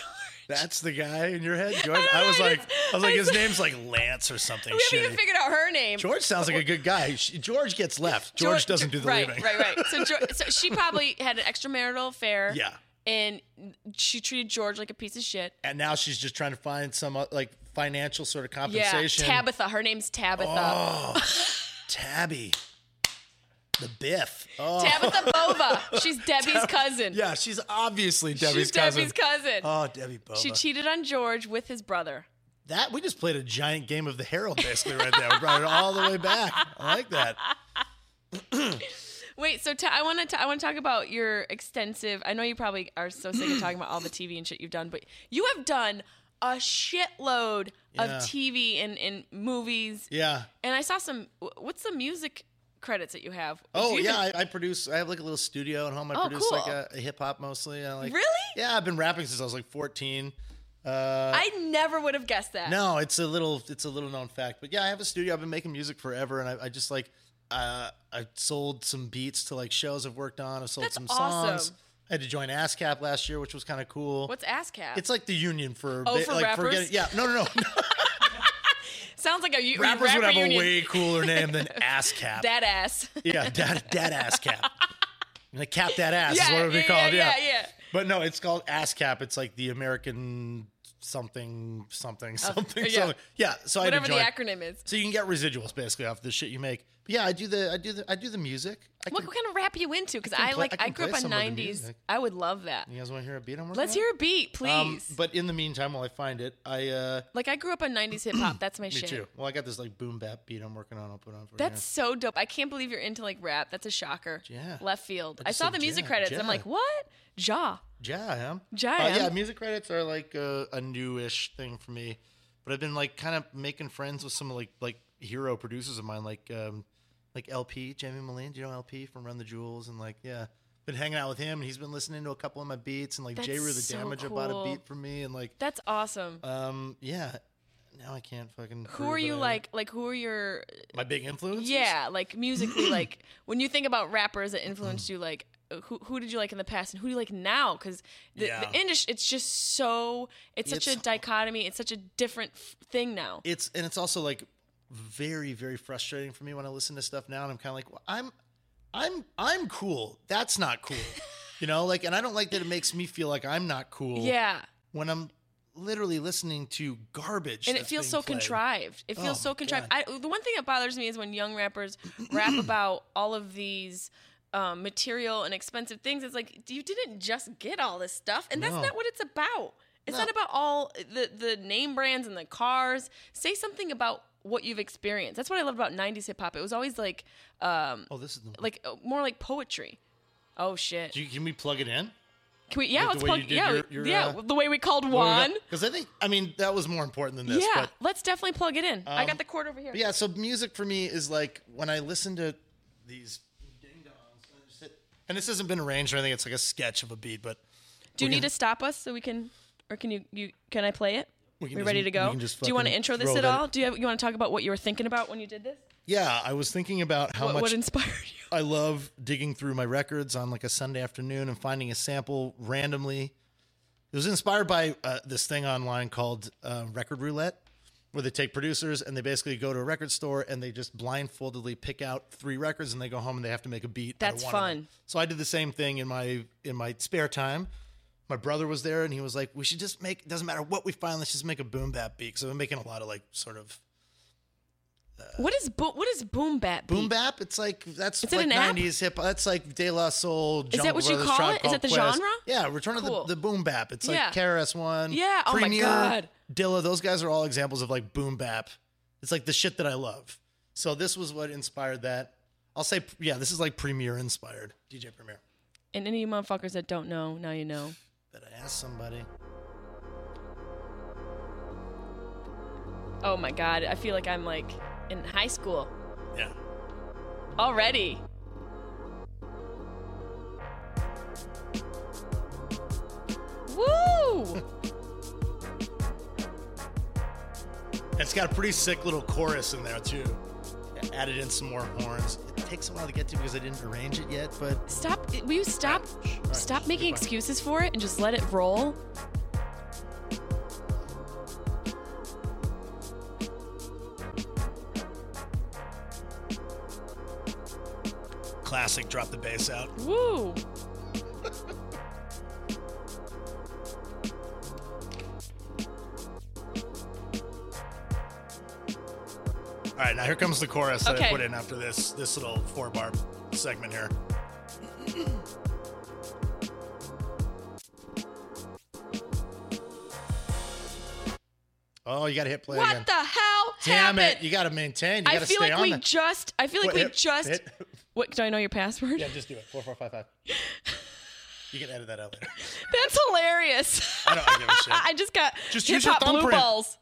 A: That's the guy in your head, George. I, was
B: know, I
A: like,
B: just-
A: I was like,
B: I
A: his
B: just-
A: name's like Lance or something.
B: We haven't
A: shitty.
B: even figured out her name.
A: George sounds like a good guy. She- George gets left. George, doesn't do the
B: right,
A: leaving.
B: Right, right, So, George, so she probably had an extramarital affair.
A: Yeah.
B: And she treated George like a piece of shit.
A: And now she's just trying to find some uh, like financial sort of
B: Yeah.
A: compensation.
B: Tabitha. Her name's Tabitha.
A: Oh, Tabby, the Biff. Oh,
B: Tabitha Bova. She's Debbie's cousin.
A: yeah, she's obviously Debbie's
B: She's
A: cousin.
B: Debbie's cousin.
A: Oh, Debbie Bova.
B: she cheated on George with his brother.
A: that we just played a giant game of the Herald basically right there. We brought it all the way back. I like that.
B: Wait, so ta- I want to I want to talk about your extensive. I know you probably are so sick of talking about all the TV and shit you've done, but you have done a shitload of
A: Yeah.
B: TV and, and movies.
A: Yeah.
B: And I saw some. wh- What's the music credits that you have?
A: Oh
B: Do you
A: yeah, I, I produce. I have like a little studio at home. I
B: Oh,
A: produce like
B: cool.
A: a, a hip hop mostly. I like
B: Really?
A: Yeah, I've been rapping since I was like 14. Uh,
B: I never would have guessed that.
A: no, it's a little it's a little known fact, but yeah, I have a studio. I've been making music forever, and I, I just like uh, I sold some beats to like shows I've worked on. I sold
B: That's
A: some songs.
B: awesome.
A: I had to join ASCAP last year, which was kind of cool.
B: What's ASCAP?
A: it's like the union for
B: Oh,
A: ba-
B: for
A: like
B: rappers?
A: getting- yeah no no no
B: Sounds like a u-
A: rappers
B: rapper
A: would have
B: union.
A: a way cooler name than ASCAP
B: that ass.
A: yeah dad dad ASCAP like cap that ass is
B: Yeah,
A: what it would be
B: yeah,
A: called
B: yeah, yeah, yeah.
A: But no, it's called ASCAP. It's like the American something something something
B: yeah.
A: something. Yeah. So I had to
B: Whatever the
A: join.
B: acronym is.
A: So you can get residuals basically off the shit you make. But yeah, I do the I do the I do the music. I
B: What,
A: can-
B: what kind of rap you into? Because I,
A: play-
B: like I,
A: I can
B: grew up
A: play
B: on
A: some of the
B: '90s.
A: music.
B: I would love that.
A: you guys want to hear a beat? I'm working
B: Let's
A: on?
B: hear a beat, please.
A: Um, but in the meantime, while I find it, I uh,
B: Like I grew up on '90s hip hop. That's my
A: me
B: shit.
A: too. Well, I got this like boom bap beat I'm working on. I'll put on for you.
B: That's so dope. I can't believe you're into like rap. That's a shocker.
A: Yeah.
B: Left field.
A: I
B: I
A: just
B: saw
A: said
B: the music
A: ja,
B: credits.
A: ja.
B: I'm like, what? Ja.
A: Yeah, I am.
B: Ja, I
A: Uh, yeah,
B: am.
A: music credits are like a, a newish thing for me, but I've been like kind of making friends with some like like hero producers of mine, like um, like LP Jamie Moline. Do you know LP from Run the Jewels? And like, yeah, been hanging out with him, and he's been listening to a couple of my beats, and like J.
B: That's
A: Rue the
B: so
A: Damage bought a
B: cool.
A: beat for me, and like,
B: That's awesome.
A: um, yeah. Now I can't fucking.
B: who
A: prove
B: are
A: it.
B: you
A: I-
B: like? Like who are your?
A: My big influence?
B: Yeah, like musically. like when you think about rappers that influenced you, like uh, who who did you like in the past and who do you like now? Because the,
A: Yeah.
B: the industry, it's just so. It's such a
A: It's-
B: dichotomy. It's such a different f- thing now.
A: it's and it's also like very very frustrating for me when I listen to stuff now and I'm kind of like well, I'm I'm I'm cool that's not cool you know like and I don't like that it makes me feel like I'm not cool
B: yeah.
A: when I'm literally listening to garbage
B: and it
A: that's
B: feels
A: being
B: so
A: played.
B: contrived. It feels
A: Oh,
B: so
A: my
B: contrived. I, the one thing that bothers me is when young rappers rap about all of these um, material and expensive things. It's like you didn't just get all this stuff, and that's
A: No.
B: not what it's about. It's not
A: No.
B: about all the the name brands and the cars. Say something about what you've experienced. That's what I loved about '90s hip hop. It was always like um,
A: oh this is the like
B: like uh, more like poetry. Oh shit!
A: you, can we plug it in
B: Can we? Yeah,
A: like the
B: let's
A: way you
B: plug.
A: did
B: Yeah,
A: your- your,
B: yeah.
A: uh,
B: the way we called Juan.
A: because I think I mean that was more important than this
B: Yeah,
A: but Um,
B: let's definitely plug it in. I got the cord over here.
A: But yeah, so music for me is like when I listen to these ding dongs, and I just hit- and this hasn't been arranged or anything. It's like a sketch of a beat, but
B: Do you need to stop us so we can, or can you? You can I play it? We
A: can
B: are
A: just-
B: ready to
A: we
B: go.
A: can just
B: Do you want to
A: fucking
B: intro this
A: throw
B: at
A: that-
B: all? Do you have, you want to talk about what you were thinking about when you did this?
A: yeah, I was thinking about how
B: What,
A: much
B: what inspired you?
A: I love digging through my records on like a Sunday afternoon and finding a sample randomly. It was inspired by uh, this thing online called uh, Record Roulette, where they take producers and they basically go to a record store and they just blindfoldedly pick out three records and they go home and they have to make a beat. out of
B: That's
A: one of them.
B: fun.
A: So I did the same thing in my in my spare time. My brother was there and he was like, "We should just make. Doesn't matter what we find. Let's just make a boom bap beat." So I'm making a lot of like sort of
B: What is bo- what is boom bap?
A: Boom
B: beat?
A: bap. It's like that's
B: Is it
A: like
B: an app?
A: nineties hip. That's like De La Soul. Jungle
B: that what you
A: Brothers,
B: call
A: Tribe
B: it? Is
A: Called
B: that the
A: Quest.
B: genre?
A: Yeah, Return
B: Cool.
A: of the, the boom bap. It's
B: Yeah.
A: like KRS One.
B: Yeah, oh my
A: Premier,
B: God.
A: Dilla. Those guys are all examples of like boom bap. It's like the shit that I love. So this was what inspired that. I'll say yeah, this is like Premier inspired. DJ Premier.
B: And any of you motherfuckers that don't know, now you know.
A: Better ask somebody.
B: Oh my god, I feel like I'm like in high school
A: Yeah.
B: already. Woo!
A: It's got a pretty sick little chorus in there too. Added in some more horns. It takes a while to get to because I didn't arrange it yet, but
B: Stop! Will you stop?
A: right,
B: Stop
A: just
B: making
A: be fine.
B: excuses for it and just let it roll.
A: classic drop the bass out.
B: Woo!
A: All right, now here comes the chorus that
B: Okay.
A: I put in after this this little four bar segment here. oh, you got to hit play
B: What
A: again.
B: the hell
A: Damn
B: happened?
A: it! You got to maintain. You
B: I
A: got to
B: feel
A: stay
B: like
A: on
B: we
A: that.
B: just. I feel like
A: What,
B: we
A: hit-
B: just.
A: hit?
B: What? Do I know your password?
A: Yeah, just do it. Four, four, five, five. You can edit that out later.
B: That's hilarious.
A: I don't give a shit.
B: I just got
A: Just
B: hip
A: use your
B: hop blue
A: thumbprint.
B: balls.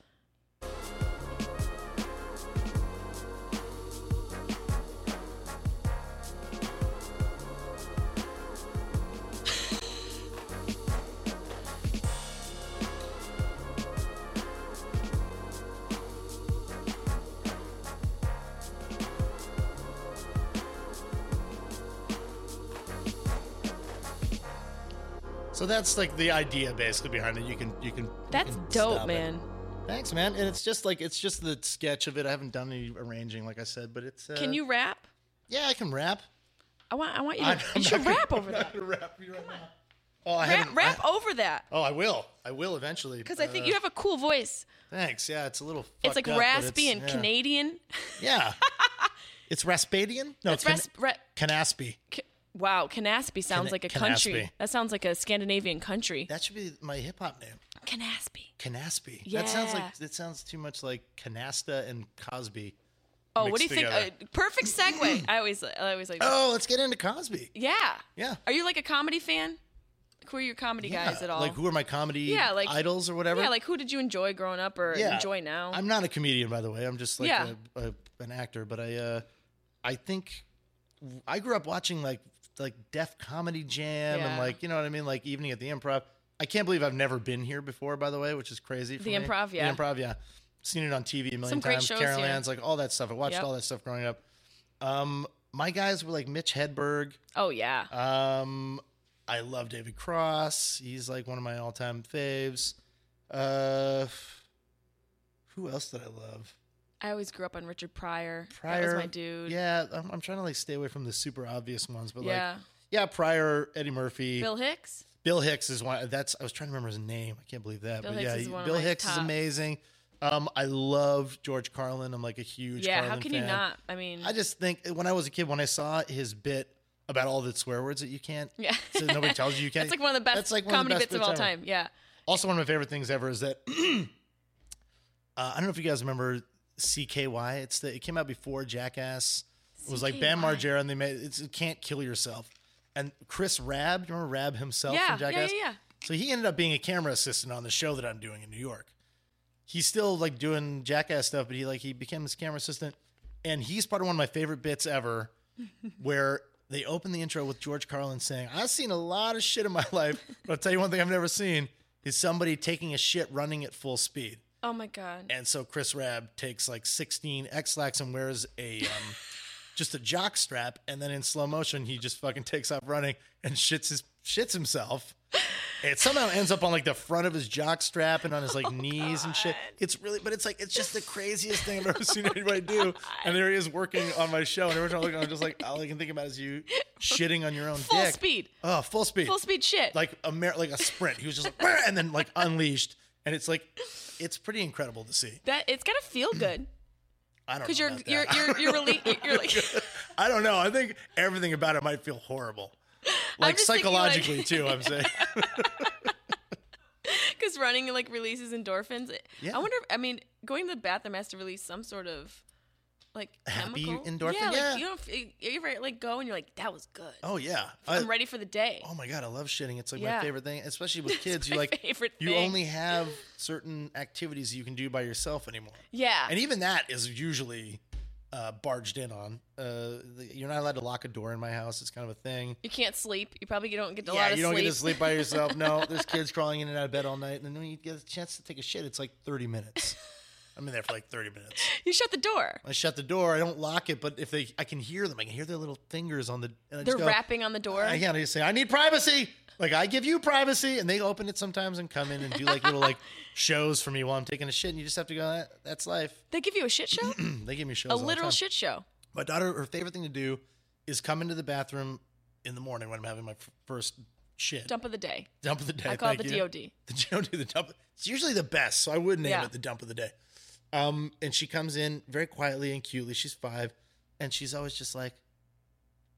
A: So that's like the idea basically behind it. You can you can. you
B: That's
A: can
B: dope,
A: stop it.
B: man.
A: Thanks, man. And it's just like it's just the sketch of it. I haven't done any arranging, like I said, but it's. Uh,
B: Can you rap?
A: Yeah, I can rap.
B: I want. I want you to.
A: I'm- I'm
B: you should
A: not gonna-
B: rap over
A: I'm
B: that.
A: not gonna rap you right now. Oh, I
B: Rap,
A: haven't.
B: rap
A: I,
B: over that.
A: oh, I will. I will eventually.
B: Because I think you have a cool voice.
A: Thanks. Yeah, it's a little.
B: It's like
A: Uh, fucked up, but
B: raspy
A: it's-
B: and
A: yeah.
B: Canadian.
A: Yeah. it's Raspadian. No,
B: It's
A: Can-
B: rasp. Ra-
A: Canaspi.
B: ca- wow, Canaspi sounds
A: Cana-
B: like a country.
A: Canaspi.
B: That sounds like a Scandinavian country.
A: That should be my hip hop name.
B: Canaspi.
A: Canaspi. That sounds
B: Yeah.
A: like it sounds too much like Canasta and Cosby.
B: Oh, what do you
A: mixed
B: think? Uh,
A: together.
B: perfect segue. I always, I always like.
A: Oh, let's get into Cosby.
B: Yeah.
A: Yeah.
B: Are you like a comedy fan? Like, who are your comedy
A: Yeah,
B: guys at all?
A: Like who are my comedy
B: Yeah, like-
A: idols or whatever?
B: yeah, like who did you enjoy growing up or
A: Yeah.
B: enjoy now?
A: I'm not a comedian, by the way. I'm just like
B: Yeah.
A: a, a, an actor. But I, uh, I think I grew up watching like like Def Comedy Jam
B: Yeah.
A: and like you know what I mean, like Evening at the Improv. I can't believe I've never been here before, by the way, which is crazy. For
B: The
A: me.
B: Improv, yeah.
A: the Improv, yeah. Seen it on TV a million
B: Some great
A: times.
B: shows
A: Carol
B: here.
A: Ann's, like all that stuff. I watched
B: Yep.
A: all that stuff growing up. Um, my guys were like Mitch Hedberg.
B: oh yeah.
A: Um, I love David Cross. He's like one of my all-time faves. Uh, who else did I love?
B: I always grew up on Richard Pryor.
A: Pryor,
B: That was my dude.
A: Yeah, I'm, I'm trying to like stay away from the super obvious ones, but
B: Yeah.
A: like, yeah, Pryor, Eddie Murphy,
B: Bill Hicks.
A: Bill Hicks is one. That's I was trying to remember his name. I can't believe that.
B: Bill
A: but
B: Hicks
A: yeah,
B: is one of
A: Bill
B: my
A: Hicks is
B: top.
A: amazing. Um, I love George Carlin. I'm like a huge
B: yeah. How
A: Carlin
B: can you
A: fan.
B: not? I mean,
A: I just think eh, when I was a kid, when I saw his bit about all the swear words that you can't,
B: Yeah.
A: so nobody tells you you can't.
B: that's like one of the best
A: that's, like, one
B: comedy
A: the best
B: bits of all
A: ever.
B: time. Yeah.
A: Also, one of my favorite things ever is that uh, I don't know if you guys remember CKY. It's the it came out before Jackass. It was like Bam
B: CKY.
A: Margera, and they made it's "Can't Kill Yourself." And Chris Rabb, you remember Rabb himself
B: Yeah,
A: from
B: yeah,
A: Jackass?
B: yeah, yeah.
A: So he ended up being a camera assistant on the show that I'm doing in New York. He's still like doing Jackass stuff, but he like he became this camera assistant, and he's part of one of my favorite bits ever, where they open the intro with George Carlin saying, "I've seen a lot of shit in my life, but I'll tell you one thing I've never seen is somebody taking a shit running at full speed."
B: Oh my god.
A: And so Chris Rabb takes like 16 X-Lax and wears a um, just a jock strap. And then in slow motion, he just fucking takes off running and shits his shits himself. It somehow ends up on like the front of his jock strap and on his
B: Oh,
A: like knees and shit. It's really, but it's like, it's just the craziest thing I've ever seen anybody
B: Oh,
A: do. And there he is working on my show. And every time I look at him, I'm just like, all I can think about is you shitting on your own
B: Full
A: dick.
B: speed.
A: Oh, full speed
B: Full speed shit.
A: like a mer- like a sprint. He was just like, "Wah!" and then like unleashed, and it's like, it's pretty incredible to see.
B: that it's gotta feel good
A: I don't
B: because
A: know
B: you're
A: about
B: you're
A: that.
B: you're you're, really, you're like
A: I don't know. I think everything about it might feel horrible, like
B: just thinking, like-
A: psychologically too. I'm saying,
B: because running like releases endorphins.
A: Yeah.
B: I wonder. If, I mean, going to the bathroom has to release some sort of like
A: Happy
B: chemical.
A: endorphin?
B: Yeah,
A: Yeah.
B: Like, you don't. f- You ever like go and you're like, that was good.
A: Oh yeah. I-
B: I'm ready for the day.
A: Oh my god, I love shitting. It's like my
B: Yeah.
A: favorite thing, especially with kids. You
B: my
A: like
B: favorite
A: you
B: thing.
A: only have certain activities you can do by yourself anymore.
B: yeah.
A: And even that is usually uh, barged in on. Uh, the- you're not allowed to lock a door in my house. It's kind of a thing.
B: you can't sleep. You probably don't get a
A: yeah,
B: lot of
A: you don't
B: sleep.
A: get to sleep by yourself. No, there's kids crawling in and out of bed all night, and then when you get a chance to take a shit, it's like 30 minutes. I'm in there for like 30 minutes.
B: you shut the door.
A: I shut the door. I don't lock it, but if they, I can hear them. I can hear their little fingers on the. And I
B: They're
A: just go,
B: rapping on the door.
A: I can't just say I need privacy. Like I give you privacy, and they open it sometimes and come in and do like little like shows for me while I'm taking a shit, and you just have to go. "That- That's life.
B: They give you a shit show.
A: They give me Mm-hmm. shows.
B: a
A: all the
B: literal
A: time.
B: shit show.
A: My daughter, her favorite thing to do is come into the bathroom in the morning when I'm having my f- first shit dump,
B: Dump of the day.
A: of the day.
B: I call it
A: thank
B: the
A: you.
B: DOD.
A: The DOD, the dump. It's usually the best, so I would name
B: Yeah.
A: it the dump of the day. Um, and she comes in very quietly and cutely. She's five, and she's always just like,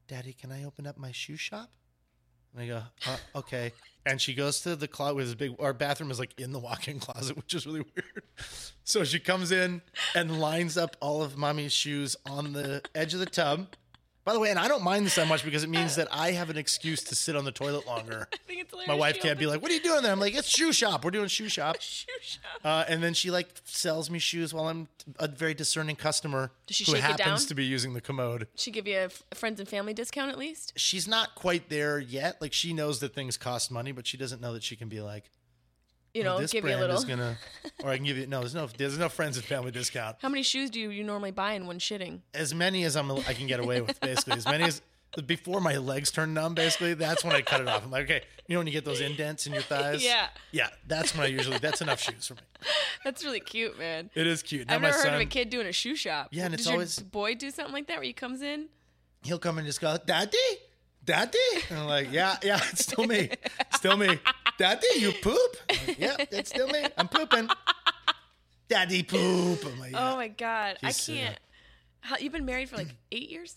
A: "Daddy, can I open up my shoe shop?" And I go, huh, "Okay." And she goes to the closet with this big. Our bathroom is like in the walk-in closet, which is really weird. So she comes in and lines up all of mommy's shoes on the edge of the tub. By the way, and I don't mind this that much because it means that I have an excuse to sit on the toilet longer.
B: I think it's hilarious.
A: My wife
B: She
A: can't be
B: opens
A: like, "What are you doing there?" I'm like, "It's shoe shop. We're doing shoe shop."
B: a shoe shop.
A: Uh, and then she like sells me shoes while I'm a very discerning customer
B: Does she
A: who
B: shake it
A: happens
B: down?
A: to be using the commode.
B: She give you a f- friends and family discount at least.
A: She's not quite there yet. Like she knows that things cost money, but she doesn't know that she can be like,
B: You
A: "Oh,
B: know,
A: this
B: give you a
A: brand
B: little.
A: is gonna, or I can give you no. There's no there's no friends and family discount.
B: How many shoes do you, you normally buy in one shitting?
A: As many as I'm I can get away with, basically. As many as before my legs turn numb, basically. That's when I cut it off. I'm like, okay, you know when you get those indents in your thighs?
B: Yeah.
A: yeah. That's when I usually that's enough shoes for me.
B: That's really cute, man.
A: It is cute. Now
B: I've
A: my
B: never heard
A: son,
B: of a kid doing a shoe shop.
A: Yeah, and
B: Does
A: it's
B: your
A: always-
B: boy do something like that where he comes in.
A: he'll come and just go, Daddy, Daddy. And I'm like, yeah, yeah, it's still me. Still me. Daddy, you poop? I'm like, yeah, it's still me. I'm pooping. Daddy poop. I'm like,
B: Oh
A: yeah.
B: my god, I
A: He's, uh,
B: can't. How, you've been married for like eight years.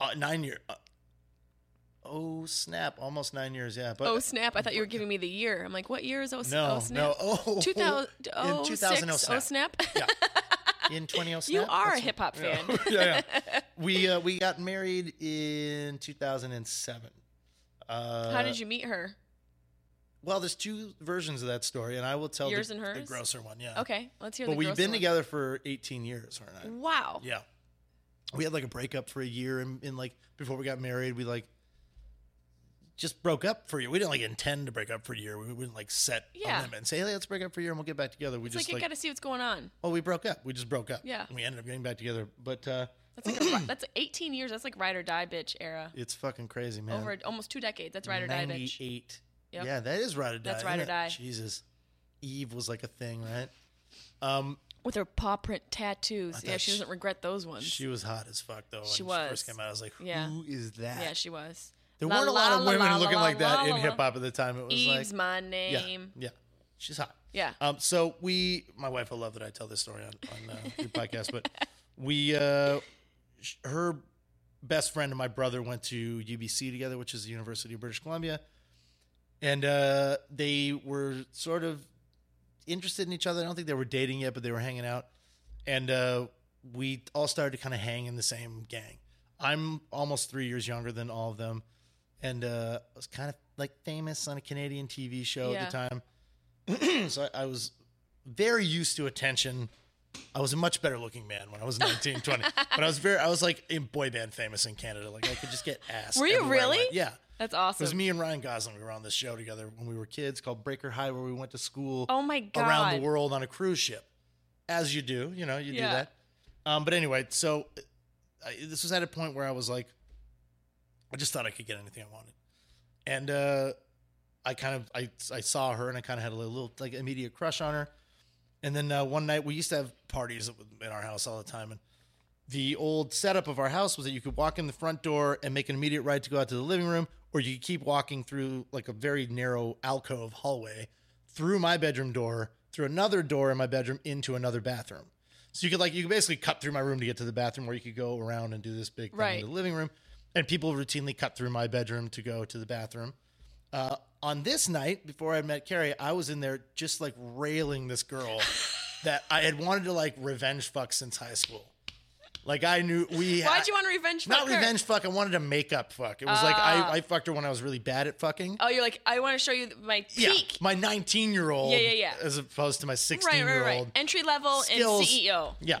A: Uh, nine year. uh, oh, snap. Almost nine years. Yeah. But
B: Oh snap! I thought you were giving me the year. I'm like, what year is oh, s-
A: no,
B: oh snap?
A: no. Oh,
B: Two thousand oh
A: in
B: six
A: 2000, oh,
B: oh
A: snap.
B: snap.
A: In 20 oh, snap.
B: you are
A: That's
B: a hip hop fan.
A: what- yeah, yeah. We, uh, we got married in 2007. Uh,
B: How did you meet her?
A: Well, there's two versions of that story, and I will tell
B: Yours
A: the,
B: and
A: the
B: hers?
A: grosser one. Yeah.
B: Okay, let's hear.
A: uh, But
B: the
A: we've
B: gross
A: been
B: one.
A: together for 18 years, her and I.
B: Wow.
A: Yeah. We had like a breakup for a year, and, and like before we got married, we like just broke up for a year. We didn't like intend to break up for a year. We wouldn't like set a
B: Yeah.
A: limit and say, hey, let's break up for a year and we'll get back together. We
B: It's
A: just
B: like you
A: like,
B: gotta see what's going on.
A: well, we broke up. We just broke up.
B: Yeah.
A: And we ended up getting back together. But uh,
B: That's like a, ri- that's 18 years. That's like ride or die bitch era.
A: it's fucking crazy, man.
B: Over almost two decades. That's ride or die bitch.
A: 98.
B: Yep.
A: Yeah, that is ride or die.
B: That's
A: isn't
B: ride or
A: it?
B: die.
A: Jesus. Eve was like a thing, right? Um,
B: With her paw print tattoos. Yeah,
A: thought
B: she
A: she-
B: doesn't regret those ones.
A: She was hot as fuck though. When
B: She
A: she
B: was.
A: first came out. I was like, who is
B: Yeah.
A: that?
B: yeah, she was.
A: there
B: La,
A: weren't a
B: la,
A: lot of
B: la,
A: women
B: la,
A: looking
B: la,
A: like that
B: la,
A: in
B: la.
A: hip hop at the time. It was
B: Eve's
A: like,
B: my
A: yeah,
B: name.
A: yeah, she's hot.
B: Yeah.
A: Um. So we, my wife will love that I tell this story on on uh, your podcast, but we, uh, sh- her best friend and my brother went to UBC together, which is the University of British Columbia, and uh, they were sort of interested in each other. I don't think they were dating yet, but they were hanging out, and uh, we all started to kind of hang in the same gang. I'm almost three years younger than all of them, and uh, I was kind of like famous on a Canadian TV show
B: Yeah.
A: at the time so I, I was very used to attention. I was a much better looking man when I was 19, 20. But I was very, I was like in boy band famous in Canada. Like I could just get ass.
B: Were you
A: everywhere I
B: really?
A: went. Yeah.
B: That's
A: It was
B: awesome.
A: me and Ryan Gosling. We were on this show together when we were kids called Breaker High, where we went to school
B: Oh my god.
A: around the world on a cruise ship, as you do. You know, you
B: Yeah.
A: do that. Um, but anyway, so I, this was at a point where I was like, I just thought I could get anything I wanted, and uh, I kind of I I saw her and I kind of had a little like immediate crush on her. And then uh, one night we used to have parties in our house all the time, and the old setup of our house was that you could walk in the front door and make an immediate right to go out to the living room, or you could keep walking through like a very narrow alcove hallway through my bedroom door, through another door in my bedroom into another bathroom. So you could like you could basically cut through my room to get to the bathroom, or you could go around and do this big thing
B: Right.
A: in the living room. And people routinely cut through my bedroom to go to the bathroom. Uh, on this night, before I met Carrie, I was in there just like railing this girl that I had wanted to like revenge fuck since high school. Like I knew we.
B: Why'd you want to revenge?
A: Not
B: fuck her? Ah.
A: revenge fuck. I wanted a makeup fuck. It was like I, I fucked her when I was really bad at fucking.
B: Oh, you're like I want to show you my peak.
A: my 19 year old.
B: Yeah, yeah, yeah.
A: As opposed to my 16
B: right, right,
A: year
B: right.
A: old.
B: Entry level
A: Skills.
B: and CEO.
A: Yeah.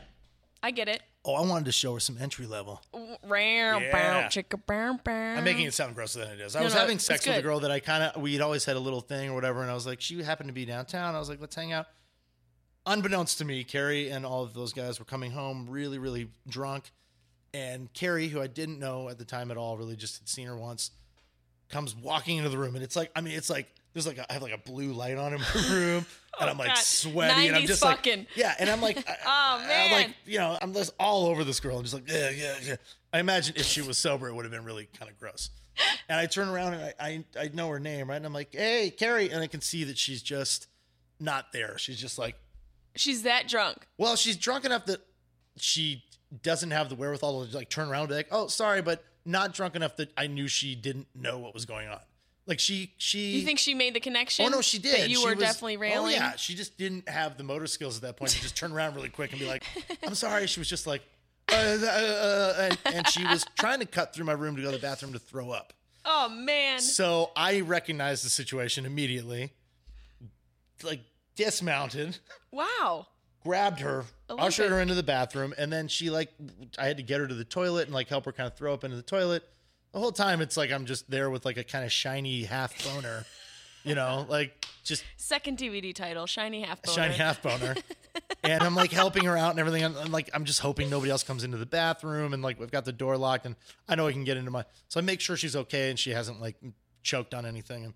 B: I get it.
A: Oh, I wanted to show her some entry level.
B: Round,
A: Yeah.
B: bound, chicka, bound, bound.
A: I'm making it sound grosser than it is. I
B: No,
A: was
B: no,
A: having
B: it's
A: sex with a
B: good.
A: girl that I kind of we'd always had a little thing or whatever, and I was like, she happened to be downtown. I was like, let's hang out. Unbeknownst to me, Carrie and all of those guys were coming home really, really drunk, and Carrie, who I didn't know at the time at all, really just had seen her once, comes walking into the room, and it's like, I mean, it's like there's like a, I have like a blue light on in my room, and I'm like
B: Oh, God.
A: sweaty, and I'm
B: 90s
A: just
B: fucking.
A: like, yeah, and I'm like, I,
B: Oh,
A: I'm like,
B: man.
A: you know, I'm just all over this girl. I'm just like, yeah, yeah, yeah. I imagine if she was sober, it would have been really kind of gross. And I turn around and I, I, I know her name, right? And I'm like, hey, Carrie. And I can see that she's just not there. She's just like,
B: She's that drunk.
A: well, she's drunk enough that she doesn't have the wherewithal to like turn around and be like, oh, sorry, but not drunk enough that I knew she didn't know what was going on. Like she, she.
B: You think she made the connection?
A: Oh no, she did.
B: That you
A: She
B: were
A: was-
B: definitely railing.
A: Oh yeah, she just didn't have the motor skills at that point to just turn around really quick and be like, "I'm sorry." She was just like, uh, uh, uh, and, and she was trying to cut through my room to go to the bathroom to throw up.
B: Oh man.
A: So I recognized the situation immediately, like dismounted,
B: Wow.
A: grabbed her,
B: little
A: ushered
B: bit.
A: her into the bathroom, and then she like, I had to get her to the toilet and like help her kind of throw up into the toilet. The whole time it's like I'm just there with like a kind of shiny half boner, you know, like just
B: Second DVD title, Shiny Half Boner.
A: shiny half boner. and I'm like helping her out and everything. I'm, I'm like, I'm just hoping nobody else comes into the bathroom. And like, we've got the door locked and I know I can get into my, so I make sure she's okay and she hasn't like choked on anything,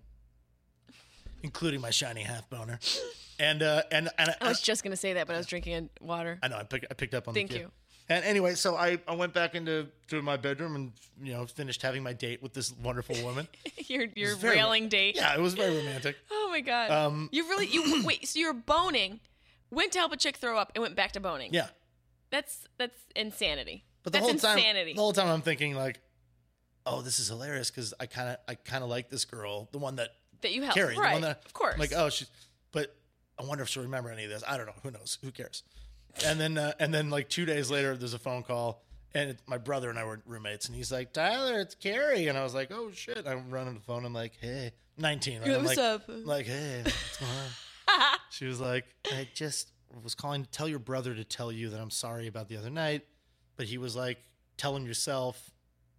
A: including my shiny half boner. And, uh, and, and
B: I was just gonna say that, but I was drinking water.
A: I know. I, pick, I picked up on
B: Thank
A: the kid.
B: you.
A: And anyway, so I, I went back into to my bedroom and you know finished having my date with this wonderful woman.
B: your your
A: very-
B: railing date.
A: yeah, it was very romantic.
B: Oh my god.
A: Um,
B: you really you wait. So you were boning, went to help a chick throw up, and went back to boning.
A: Yeah,
B: That's that's insanity.
A: But the
B: that's
A: whole time,
B: insanity.
A: the whole time I'm thinking like, oh, this is hilarious because I kind of, I kind of like this girl, the one that
B: that you helped.
A: Carrie,
B: Oh, right.
A: the one that,
B: of course.
A: I'm like, oh, she's, but I wonder if she'll remember any of this. I don't know. Who knows? Who cares? And then, uh, and then like two days later, there's a phone call, and it, my brother and I were roommates, and he's like, Tyler, it's Carrie, and I was like, oh shit. I run on the phone. I'm like, hey, 19. Right?
B: Yeah,
A: I'm
B: what's
A: like,
B: up?
A: I'm like, hey, what's going on? She was like, I just was calling to tell your brother to tell you that I'm sorry about the other night, but he was like, tell him yourself.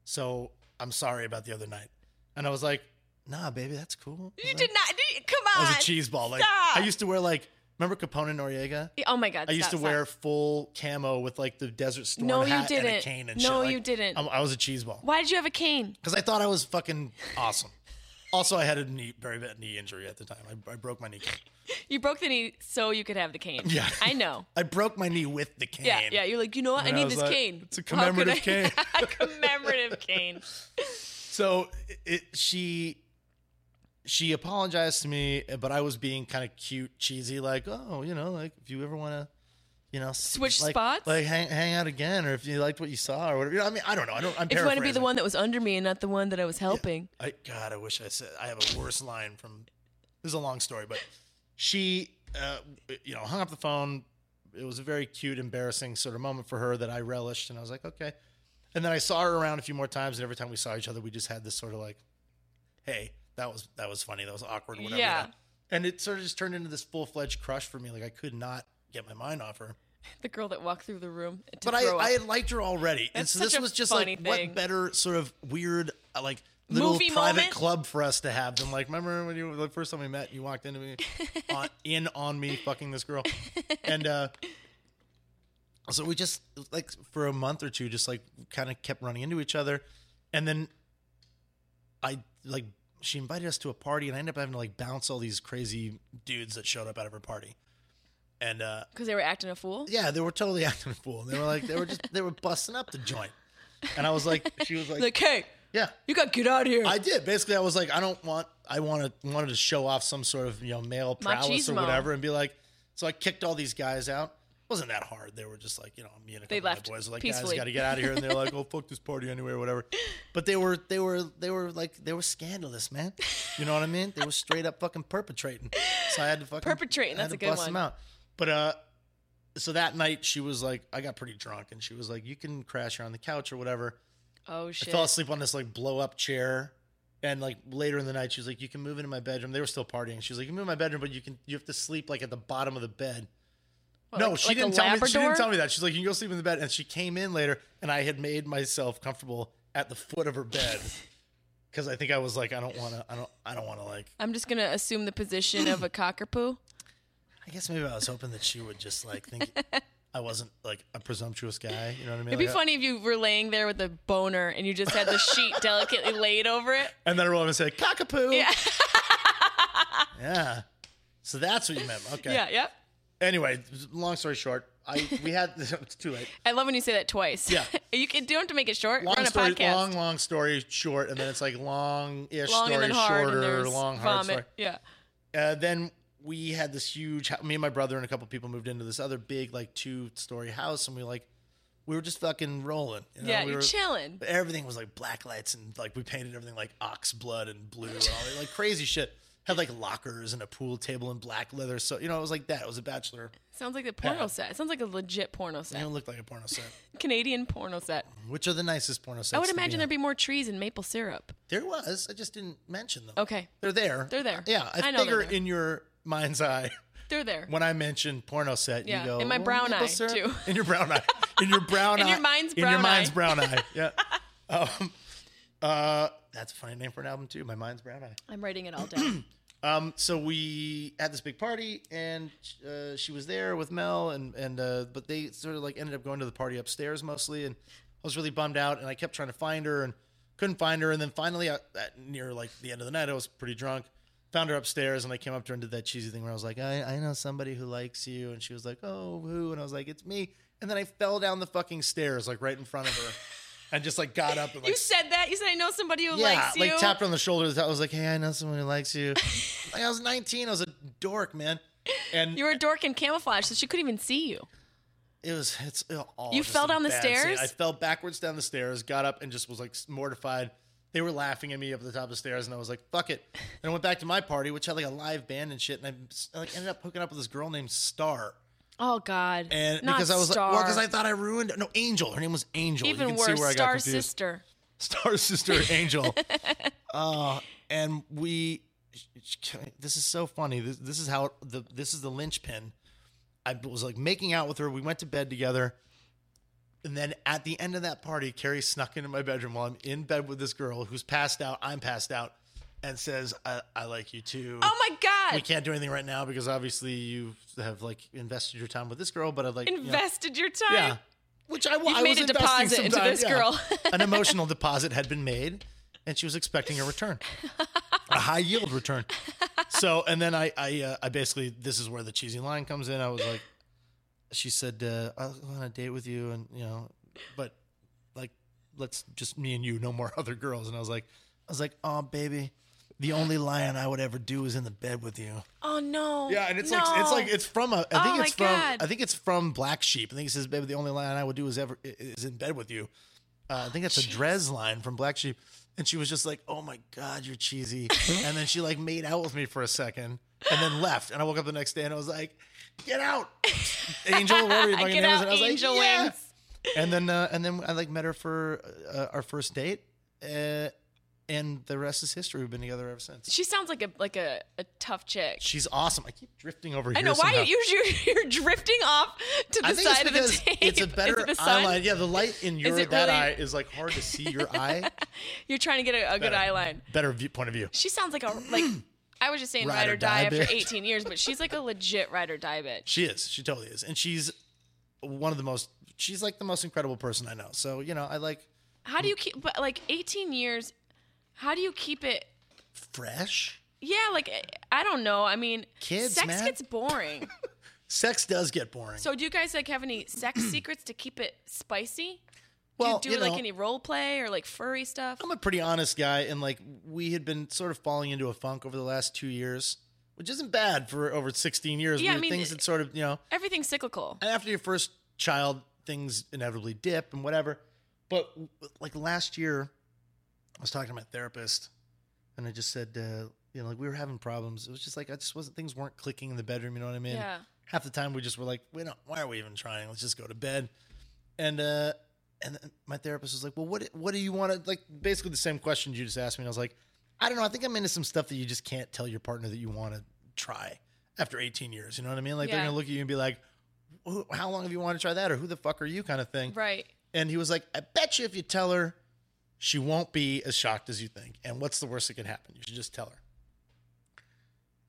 A: So I'm sorry about the other night. And I was like, nah, baby, that's cool.
B: You did not. Did you, come on.
A: I was a cheese ball. Like
B: Stop.
A: I used to wear like, remember Capone Noriega?
B: Yeah, Oh my god.
A: I used
B: stop,
A: to
B: stop.
A: wear full camo with like the desert storm
B: No, you
A: hat and a
B: didn't.
A: cane and shit.
B: No,
A: Like,
B: you didn't.
A: I'm- I was a cheese ball
B: Why did you have a cane?
A: because I thought I was fucking awesome. Also, I had a knee, very bad knee injury at the time. I, I broke my knee.
B: You broke the knee so you could have the cane.
A: Yeah.
B: I know.
A: I broke my knee with the cane.
B: Yeah, yeah. You're like, you know what? I
A: And I
B: need
A: was
B: this
A: like,
B: cane.
A: "It's a
B: How could
A: commemorative cane."
B: I- a commemorative cane.
A: So it, it- she she apologized to me, but I was being kind of cute, cheesy, like, oh, you know, like if you ever want to, you know, s-
B: Switch
A: like-
B: spots?
A: like hang, hang out again, or if you liked what you saw or whatever. You know, I mean, I don't know. I don't. I'm
B: If you want to be the
A: paraphrasing.
B: one that was under me and not the one that I was helping.
A: I God, I wish I said I have a worse line from. This is a long story, but she, uh, you know, hung up the phone. It was a very cute, embarrassing sort of moment for her that I relished, and I was like, okay. And then I saw her around a few more times, and every time we saw each other, we just had this sort of like, hey, that was that was funny, that was awkward, whatever. you
B: Yeah.
A: know? And it sort of just turned into this full fledged crush for me. Like I could not get my mind off her
B: The girl that walked through the room. To
A: but I,
B: throw up.
A: I had liked her already, and
B: That's
A: so
B: such
A: this
B: a
A: was just
B: funny
A: like
B: thing.
A: what better sort of weird uh, like little
B: Movie
A: private
B: moment?
A: club for us to have than like remember when you the first time we met, you walked into me on, in on me fucking this girl, and uh, so we just like for a month or two, just like kind of kept running into each other, and then I like she invited us to a party, and I ended up having to like bounce all these crazy dudes that showed up out of her party, and uh,
B: Because they were acting a fool.
A: yeah, they were totally acting a fool. They were like, they were just, they were busting up the joint. And I was like, she was like,
B: Like, hey,
A: yeah,
B: you got to get out of here.
A: I did. Basically, I was like, I don't want, I wanted, wanted to show off some sort of, you know, male prowess or
B: Machismo.
A: whatever and be like, so I kicked all these guys out. wasn't that hard. They were just like, you know, me and a couple
B: They
A: of my
B: left
A: boys were like,
B: peacefully.
A: guys, got to get out of here. And they're like, oh, fuck this party anyway or whatever. But they were, they were, they were like, they were scandalous, man. You know what I mean? They were straight up fucking perpetrating. So I had to fucking
B: Perpetrating,
A: I had
B: that's
A: to
B: a good
A: bust
B: one.
A: them out. But uh, so that night she was like, I got pretty drunk, and she was like, "You can crash here on the couch or whatever."
B: Oh
A: I
B: shit.
A: fell asleep on this like blow up chair. And like later in the night, she was like, "You can move into my bedroom." They were still partying. She was like, "You can move in my bedroom, but you can you have to sleep like at the bottom of the bed."
B: What,
A: no,
B: like-
A: she
B: like a
A: didn't tell me. She
B: Labrador?
A: didn't tell me that. She's like, "You can go sleep in the bed." And she came in later, and I had made myself comfortable at the foot of her bed because I think I was like, "I don't want to. I don't. I don't want to like."
B: I'm just gonna assume the position of a cockapoo.
A: I guess maybe I was hoping that she would just like think I wasn't like a presumptuous guy. You know what I mean?
B: It'd be
A: Like, I-
B: funny if you were laying there with a boner and you just had the sheet delicately laid over it.
A: And then everyone would say, "Cockapoo."
B: Yeah.
A: Yeah. So that's what you meant. Okay.
B: Yeah, yep.
A: Anyway, long story short, I we had it's too late.
B: I love when you say that twice.
A: Yeah.
B: you can don't have to make it short.
A: Long
B: We're on a
A: story,
B: podcast.
A: long long story short, and then it's like long ish
B: Long
A: story
B: and then hard and
A: shorter,
B: there's
A: long
B: vomit.
A: hard story.
B: Yeah.
A: Uh, then we had this huge. hou- Me and my brother and a couple people moved into this other big like two story house, and we like we were just fucking rolling. You know?
B: yeah,
A: we
B: you're
A: were,
B: chilling.
A: But everything was like black lights and like we painted everything like ox blood and blue and all that, like crazy shit. Had like lockers and a pool table and black leather. So you know, it was like that. It was a bachelor.
B: Sounds like the porno set. It sounds like a legit porno set.
A: You know, it looked like a porno set.
B: Canadian porno set.
A: Which are the nicest porno sets?
B: I would
A: to
B: imagine
A: be
B: there'd
A: on.
B: be more trees and maple syrup.
A: There was. I just didn't mention them.
B: Okay.
A: They're there.
B: They're there.
A: Yeah. I,
B: I know they're
A: figure
B: there.
A: in your mind's eye,
B: They're there.
A: when I mention porno set,
B: Yeah,
A: you go
B: in my
A: "Well,
B: brown
A: maple
B: eye,
A: syrup."
B: too.
A: In your brown eye. In your brown
B: In
A: eye.
B: your mind's
A: In your
B: brown
A: mind's
B: eye.
A: brown eye. Yeah. Um, uh, that's a funny name for an album too. My mind's brown eye.
B: I'm writing it all down.
A: Um, so we had this big party, and uh, she was there with Mel, and and uh, but they sort of like ended up going to the party upstairs mostly, and I was really bummed out, and I kept trying to find her and couldn't find her, and then finally I, at near like the end of the night, I was pretty drunk, found her upstairs, and I came up to her and did that cheesy thing where I was like, I, I know somebody who likes you, and she was like, oh who, and I was like, it's me, and then I fell down the fucking stairs like right in front of her, and just like got up and like
B: you said that. You said I know somebody who likes you.
A: like tapped her on the shoulder. I was like, "Hey, I know someone who likes you." like I was 19, I was a dork, man, and
B: you were a dork in camouflage, so she couldn't even see you.
A: it was it's all.
B: You
A: just
B: fell
A: a
B: down the
A: bad scene.
B: stairs?
A: I fell backwards down the stairs, got up, and just was like mortified. They were laughing at me up at the top of the stairs, and I was like, "Fuck it!" And I went back to my party, which had like a live band and shit, and I like ended up hooking up with this girl named Star,
B: Oh God.
A: and
B: Not
A: because I was
B: star.
A: like, well, because I thought I ruined no Angel. Her name was Angel.
B: even
A: you can
B: worse,
A: see where I got
B: star
A: confused.
B: sister.
A: Star Sister Angel. uh, and we, this is so funny. This, this is how the this is the linchpin. I was like making out with her. We went to bed together, and then at the end of that party, Carrie snuck into my bedroom while I'm in bed with this girl who's passed out. I'm passed out, and says, "I, I like you too."
B: Oh my God.
A: We can't do anything right now because obviously you have like invested your time with this girl, but I'd like you know-
B: invested your time.
A: yeah. Which I, I
B: made
A: was
B: a
A: investing
B: deposit
A: some
B: into
A: time,
B: this
A: yeah.
B: girl.
A: An emotional deposit had been made, and she was expecting a return, a high yield return. So, and then I, I, uh, I basically this is where the cheesy line comes in. I was like, she said, uh, "I want a date with you," and you know, but like, let's just me and you, no more other girls. And I was like, I was like, oh baby. The only lion I would ever do is in the bed with you.
B: Oh no.
A: Yeah, and it's
B: no.
A: like it's like it's from a. I think
B: Oh,
A: it's
B: my
A: from
B: God.
A: I think it's from Black Sheep. I think it says, "Baby, the only line I would do is ever is in bed with you." Uh, I think that's a Drez line from Black Sheep, and she was just like, "Oh my God, you're cheesy," and then she like made out with me for a second, and then left. And I woke up the next day and I was like, "Get out, Angel, whatever your fucking
B: Get
A: name is."
B: out,
A: And I was
B: angel
A: like, "Yeah."
B: wings.
A: And then uh, and then I like met her for uh, our first date, uh, and the rest is history. We've been together ever since.
B: She sounds like a like a, a tough chick.
A: She's awesome. I keep drifting over
B: I
A: here.
B: know why
A: somehow.
B: you you're, you're drifting off to the
A: I think
B: side
A: it's because
B: of the tape.
A: it's a
B: Is
A: better
B: it the sun?
A: eye line. Yeah, the light in your
B: it
A: that
B: really-
A: eye is like hard to see your eye.
B: You're trying to get a, a good eye line.
A: Better view, point of view.
B: She sounds like a like. I was just saying
A: Ride
B: ride
A: or
B: or die,
A: die
B: after
A: bitch.
B: 18 years, but she's like a legit ride or die bitch.
A: She is. She totally is, and she's one of the most. She's like the most incredible person I know. So you know, I like
B: How do you keep? But like 18 years, how do you keep it?
A: fresh.
B: Yeah, like eh, I don't know. I mean,
A: Kids,
B: sex
A: man.
B: gets boring.
A: Sex does get boring.
B: so do you guys like have any sex secrets to keep it spicy?
A: well,
B: do you do
A: know,
B: like any role play or like furry stuff?
A: I'm a pretty honest guy, and like we had been sort of falling into a funk over the last two years, which isn't bad for over 16 years.
B: Yeah,
A: we
B: I
A: were
B: mean,
A: things that sort of you know.
B: Everything's cyclical.
A: And after your first child, things inevitably dip and whatever. But like last year, I was talking to my therapist, and I just said, uh, you know, like we were having problems. It was just like I just wasn't things weren't clicking in the bedroom. You know what I mean?
B: Yeah.
A: half the time we just were like, we don't. Why are we even trying? Let's just go to bed. And uh, and then my therapist was like, well, what what do you want to like? Basically the same question you just asked me. And I was like, I don't know. I think I'm into some stuff that you just can't tell your partner that you want to try after 18 years. You know what I mean? Like they're
B: Yeah.
A: gonna look at you and be like, who, how long have you wanted to try that? Or who the fuck are you? Kind of thing.
B: Right.
A: And he was like, I bet you if you tell her, she won't be as shocked as you think. And what's the worst that could happen? You should just tell her.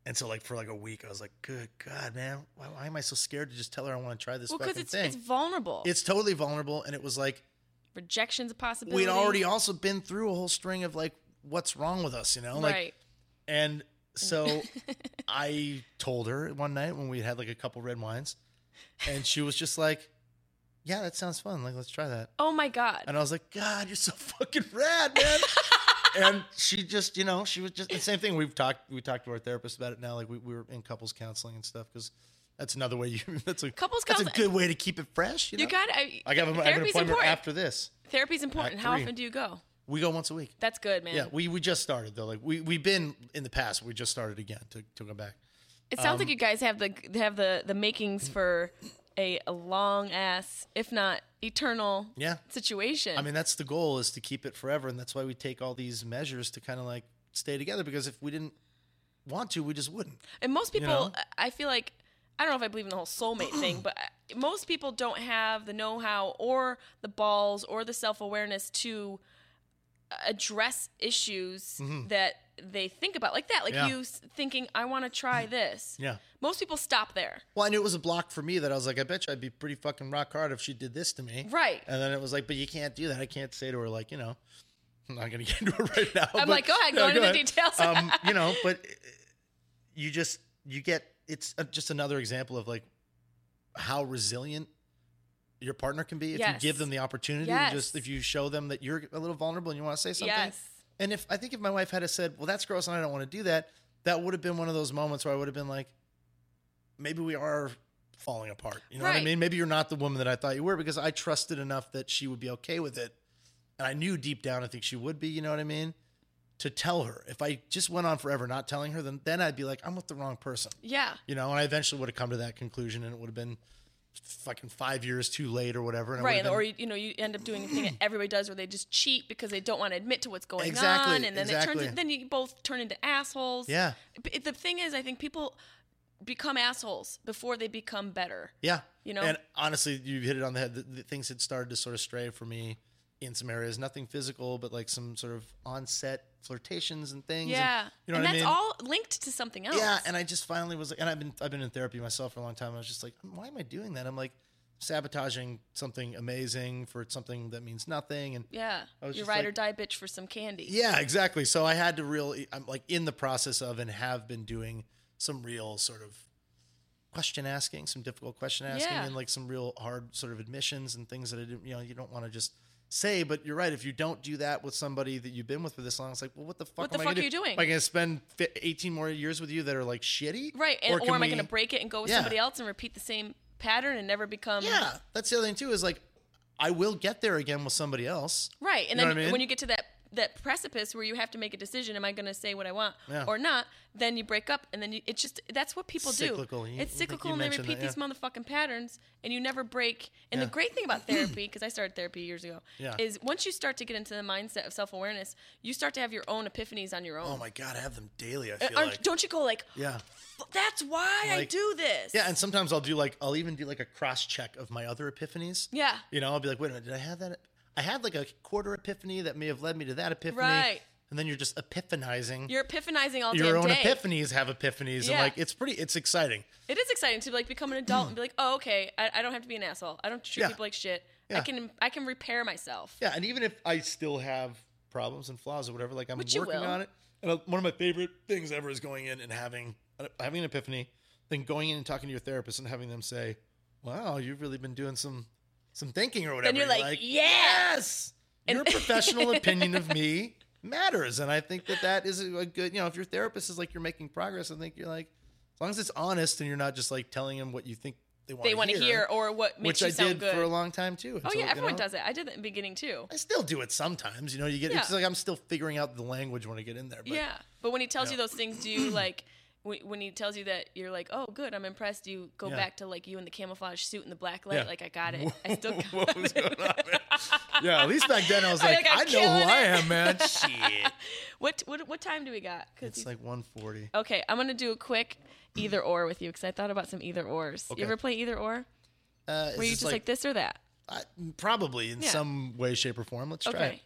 A: And so, like for like a week, I was like, "Good God, man, why, why am I so scared to just tell her I want to try this
B: Well, because
A: fucking
B: it's
A: thing?"
B: it's vulnerable.
A: it's totally vulnerable, and it was like
B: Rejection's a possibility.
A: we'd already also been through a whole string of like, "What's wrong with us?" You know, like
B: right.
A: and so I told her one night when we had like a couple red wines, and she was just like, "Yeah, that sounds fun. Like, let's try that."
B: Oh my god.
A: And I was like, God, you're so fucking rad, man. and she just, you know, she was just the same thing. We've talked, we talked to our therapist about it now. Like we, we were in couples counseling and stuff because that's another way you. That's a
B: Couples
A: That's a
B: counsel-
A: good way to keep it fresh. You,
B: You
A: know?
B: got. I,
A: I got a, I got an
B: therapy's
A: appointment
B: important.
A: after this.
B: Therapy's important.
A: At
B: How
A: three.
B: often do you go?
A: We go once a week.
B: That's good, man.
A: Yeah, we, we just started though. Like we we've been in the past. We just started again to to go back.
B: it sounds
A: Um,
B: like you guys have the have the the makings for a, a long ass, if not eternal,
A: Yeah.
B: situation.
A: I mean, that's the goal is to keep it forever, and that's why we take all these measures to kind of like stay together. Because if we didn't want to, we just wouldn't.
B: And most people,
A: know?
B: I I feel like, I don't know if I believe in the whole soulmate thing, but I- most people don't have the know how or the balls or the self awareness to address issues that they think about like that. Like
A: Mm-hmm. Yeah. Mm-hmm.
B: you you s- thinking, I want to try this.
A: Yeah.
B: Most people stop there.
A: Well, I knew it was a block for me that I was like, I bet you I'd be pretty fucking rock hard if she did this to me.
B: Right.
A: And then it was like, but you can't do that. I can't say to her, like, you know, I'm not going to get into it right now.
B: I'm
A: Oh, but-
B: like, go ahead, go into the details.
A: um, you know, but uh, you just, you get, it's uh just another example of like how resilient your partner can be if you
B: Yes.
A: give them the opportunity
B: Yes.
A: and just if you show them that you're a little vulnerable and you want to say something.
B: Yes.
A: And if I think if my wife had have said, "Well, that's gross, and I don't want to do that," that would have been one of those moments where I would have been like, "Maybe we are falling apart." You know what I
B: Right.
A: mean? Maybe you're not the woman that I thought you were because I trusted enough that she would be okay with it, and I knew deep down I think she would be. You know what I mean? To tell her. If I just went on forever not telling her, then then I'd be like, "I'm with the wrong person."
B: Yeah.
A: You know, and I eventually would have come to that conclusion, and it would have been fucking five years too late or whatever. And I would
B: Right,
A: have
B: and- or
A: been-
B: you, you know, you end up doing the thing that everybody does, where they just cheat because they don't want to admit to what's going
A: Exactly,
B: on, and then it
A: exactly.
B: turns. Then you both turn into assholes.
A: Yeah.
B: But it- the thing is, I think people become assholes before they become better.
A: Yeah.
B: You know?
A: And honestly, you hit it on the head. The, the things had started to sort of stray for me in some areas. Nothing physical, but like some sort of onset flirtations and things. and-
B: Yeah,
A: you know
B: and
A: what
B: that's
A: I mean?
B: all linked to something else.
A: Yeah, and I just finally was like, and I've been I've been in therapy myself for a long time. I was just like, why am I doing that? I'm like sabotaging something amazing for something that means nothing. And
B: yeah,
A: I was
B: you
A: just
B: ride
A: like-
B: or die, bitch, for some candy.
A: yeah, exactly. So I had to really, I'm like in the process of and have been doing some real sort of question asking, some difficult question asking,
B: Yeah.
A: and like some real hard sort of admissions and things that I didn't, you know, you don't want to just say. But you're right. If you don't do that with somebody that you've been with for this long, it's like, well, what the fuck?
B: What
A: am
B: the
A: I
B: fuck
A: gonna
B: are you
A: do?
B: doing?
A: Am I going to spend fi- 18 more years with you that are like shitty?
B: right. And, or,
A: can
B: am I
A: we-
B: going to break it and go with
A: Yeah.
B: somebody else and repeat the same pattern and never become?
A: Yeah, that's the other thing too. Is like, I will get there again with somebody else.
B: Right. And
A: You know
B: then
A: what I mean?
B: when you get to that that precipice where you have to make a decision am i going to say what i want
A: Yeah.
B: or not then you break up and then you, it's just that's what people
A: Cyclical.
B: do
A: You- I
B: it's
A: think
B: cyclical
A: you
B: and they
A: mentioned
B: repeat these
A: that,
B: motherfucking patterns and you never break and the
A: Yeah.
B: great thing about therapy because i started therapy years ago
A: Yeah.
B: is once you start to get into the mindset of self-awareness you start to have your own epiphanies on your own
A: Oh my god, I have them daily. I
B: Uh,
A: feel
B: aren't-
A: like.
B: don't you go like
A: Yeah.
B: that's why i
A: Like-
B: do this
A: Yeah, and sometimes I'll do like I'll even do like a cross check of my other epiphanies.
B: Yeah.
A: You know, I'll be like, wait a minute, did I have that? I had like a quarter epiphany that may have led me to that epiphany.
B: Right.
A: And then you're just epiphanizing.
B: you're epiphanizing all
A: Your
B: damn
A: own
B: day
A: epiphanies have epiphanies, and
B: Yeah.
A: like it's pretty, it's exciting.
B: It is exciting to like become an adult and be like, oh, okay, I, I don't have to be an asshole. I don't treat
A: Yeah.
B: people like shit. I
A: Yeah.
B: can I can repair myself.
A: Yeah, and even if I still have problems and flaws or whatever, like I'm
B: Which you
A: working
B: will.
A: on it. And uh, one of my favorite things ever is going in and having uh, having an epiphany, then going in and talking to your therapist and having them say, "Wow, you've really been doing some some thinking or whatever."
B: Then you're like, yes.
A: your professional opinion of me matters and i think that that is a good you know if your therapist is like you're making progress i think you're like as long as it's honest and you're not just like telling them what you think they want
B: They
A: want to
B: hear or what makes
A: which
B: you
A: i
B: sound
A: did
B: good.
A: for a long time too
B: oh yeah, everyone does it. I did that in the beginning too.
A: i still do it sometimes you know you get
B: Yeah.
A: it's like i'm still figuring out the language when i get in there but
B: yeah, but when he tells you those things, do you like wh- when he tells you that you're like, oh, good, I'm impressed. You go
A: Yeah.
B: back to like you in the camouflage suit and the black light.
A: Yeah.
B: Like I got it. I still got
C: what was going on there?
A: Yeah, at least back then I was
B: I
A: like,
B: think I'm
A: I know who
B: killing
A: I
B: it.
A: am, man. Shit.
B: What what what time do we got? 'Cause
A: It's
B: he's-
A: like 140.
B: okay, I'm gonna do a quick either or with you because I thought about some either ors.
A: Okay.
B: You ever play either or?
A: Uh,
B: Were you just like, this or that?
A: I, probably in
B: Yeah.
A: some way, shape, or form. Let's try it.
B: Okay.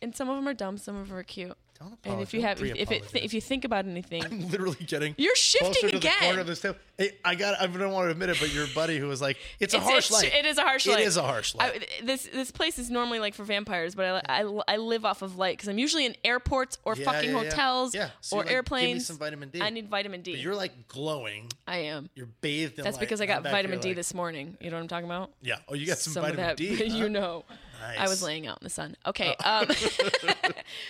B: And some of them are dumb, some of them are cute.
A: Don't
B: And if
A: apologize.
B: you have,
A: Oh, Don't
B: if, if it,
A: pre-apologize.
B: if you think about anything,
A: I'm literally getting
B: You're
A: closer
B: shifting
A: to The corner
B: again.
A: of this table. Hey, I got. I don't want to admit it, but your buddy who was like, "It's a
B: It's-
A: harsh
B: it's-
A: light."
B: It is a harsh
A: It
B: light.
A: is a harsh light.
B: I, this this place is normally like for vampires, but I I, I live off of light because I'm usually in airports or
A: Yeah,
B: fucking
A: yeah, yeah.
B: hotels
A: Yeah. So
B: or
A: you're like, "Give me
B: airplanes.
A: some vitamin D."
B: I need vitamin D.
A: But you're like glowing.
B: I am.
A: You're bathed in
B: That's
A: light.
B: because I
A: And I'm
B: got
A: back
B: vitamin
A: here
B: D
A: like,
B: this morning. You know what I'm talking about?
A: Yeah. Oh, you got some,
B: Some
A: vitamin
B: of that,
A: D. huh?
B: you know. I
A: Nice. Oh.
B: was laying out in the sun. Okay. Um,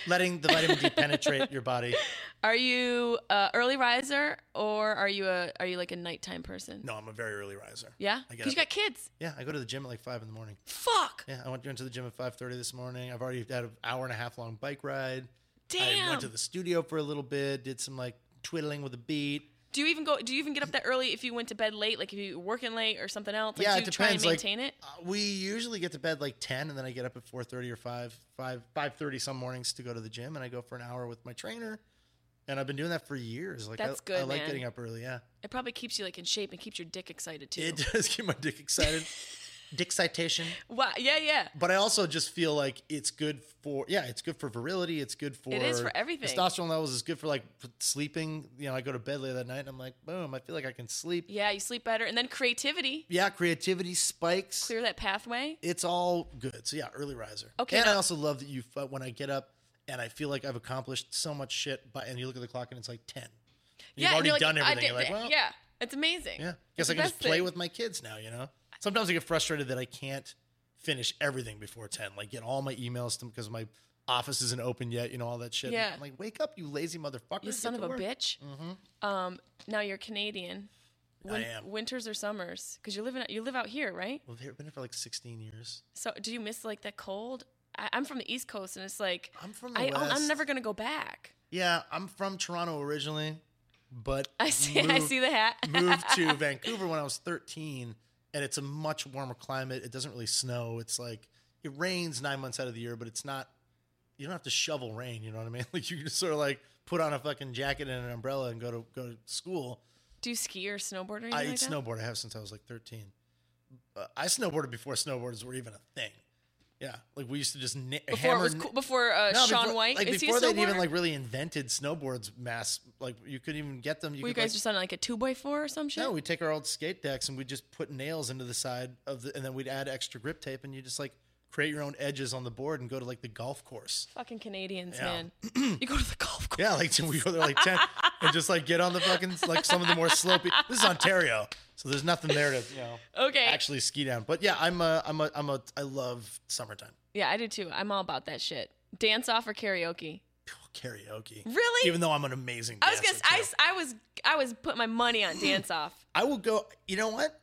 A: letting the vitamin D penetrate your body.
B: are you a early riser or are you a are you like a nighttime person?
A: No, I'm a very early riser.
B: Yeah.
A: I
B: Because you
A: get
B: got
A: up-
B: kids.
A: Yeah, I go to the gym at like five in the morning.
B: Fuck.
A: Yeah, I went went to the gym at five thirty this morning. I've already had an hour and a half long bike ride. I
B: Damn.
A: went to the studio for a little bit. Did some like twiddling with a beat.
B: Do you even go? Do you even get up that early if you went to bed late, like if you were working late or something else? Like,
A: Yeah,
B: do
A: it
B: you try and
A: depends, like-
B: maintain it?
A: Uh, we usually get to bed like 10 and then i get up at 4.30 or 5 5 5.30 some mornings to go to the gym and i go for an hour with my trainer and i've been doing that for years like
B: That's
A: I,
B: good,
A: i like
B: man.
A: getting up early yeah
B: It probably keeps you like in shape and keeps your dick excited too.
A: it does get my dick excited dick citation
B: Wow. Yeah, yeah.
A: but i also just feel like it's good for yeah it's good for virility it's good for
B: It is for everything.
A: testosterone levels is good for like for sleeping you know i go to bed late that night and i'm like boom i feel like i can sleep
B: Yeah, you sleep better, and then creativity
A: yeah creativity spikes
B: clear that pathway.
A: it's all good. So yeah, early riser.
B: Okay,
A: And I
B: now-
A: also love that you uh, when I get up and I feel like I've accomplished so much shit, but and you look at the clock and it's like ten. You've
B: yeah, and
A: already
B: you're like,
A: done
B: I
A: everything.
B: did
A: You're like,
B: that.
A: well, yeah,
B: yeah, it's amazing.
A: yeah.
B: It's
A: Guess I
B: the
A: can just
B: best
A: play
B: thing.
A: with my kids now. You know. Sometimes I get frustrated that I can't finish everything before ten. Like get all my emails to because my office isn't open yet. You know all that shit.
B: Yeah.
A: I'm like, wake up, you lazy motherfucker.
B: You son of a bitch. Um, now you're Canadian. Win-
A: Mm-hmm. am.
B: Winters or summers? Because you live in you live out here, right?
A: Well, they've been here for like sixteen years.
B: So do you miss like that cold? I, I'm from the East Coast, and it's like
A: I'm from the
B: I, oh, I'm
A: West.
B: never gonna go back.
A: Yeah, I'm from Toronto originally, but
B: I see. I
A: moved-
B: see the hat.
A: moved to Vancouver when I was 13, and it's a much warmer climate. It doesn't really snow. It's like it rains nine months out of the year, but it's not. You don't have to shovel rain. You know what I mean? Like you can just sort of like put on a fucking jacket and an umbrella and go to go to school.
B: Do you ski or snowboard or anything
A: I
B: like that?
A: snowboard. I have since I was like 13. Uh, I snowboarded before snowboards were even a thing. Yeah, like we used to just na-
B: Before
A: hammer
B: it was cool, before uh, Sean
A: before,
B: White.
A: Like
B: is he
A: before
B: a
A: they'd even
B: snowboarder?
A: like really invented snowboards, mass like you couldn't even get them. You
B: Were you
A: could, like,
B: guys just on like a two by four or some shit?
A: No, we take our old skate decks and we just put nails into the side of the, and then we'd add extra grip tape, and you just like create your own edges on the board and go to like the golf course.
B: Fucking Canadians,
A: Yeah.
B: man. you go to the golf course.
A: Yeah, like so we go there like ten and just like get on the fucking like some of the more slopey. This is Ontario, so there's nothing there to you know
B: Okay.
A: actually ski down. But yeah, I'm a I'm a I'm a I love summertime
B: yeah, I do too. I'm all about that shit. Dance off or karaoke?
A: karaoke.
B: Really?
A: Even though I'm an amazing.
B: I was gonna.
A: dancer,
B: I,
A: too.
B: s- I was. I was put my money on dance off.
A: I will go. You know what?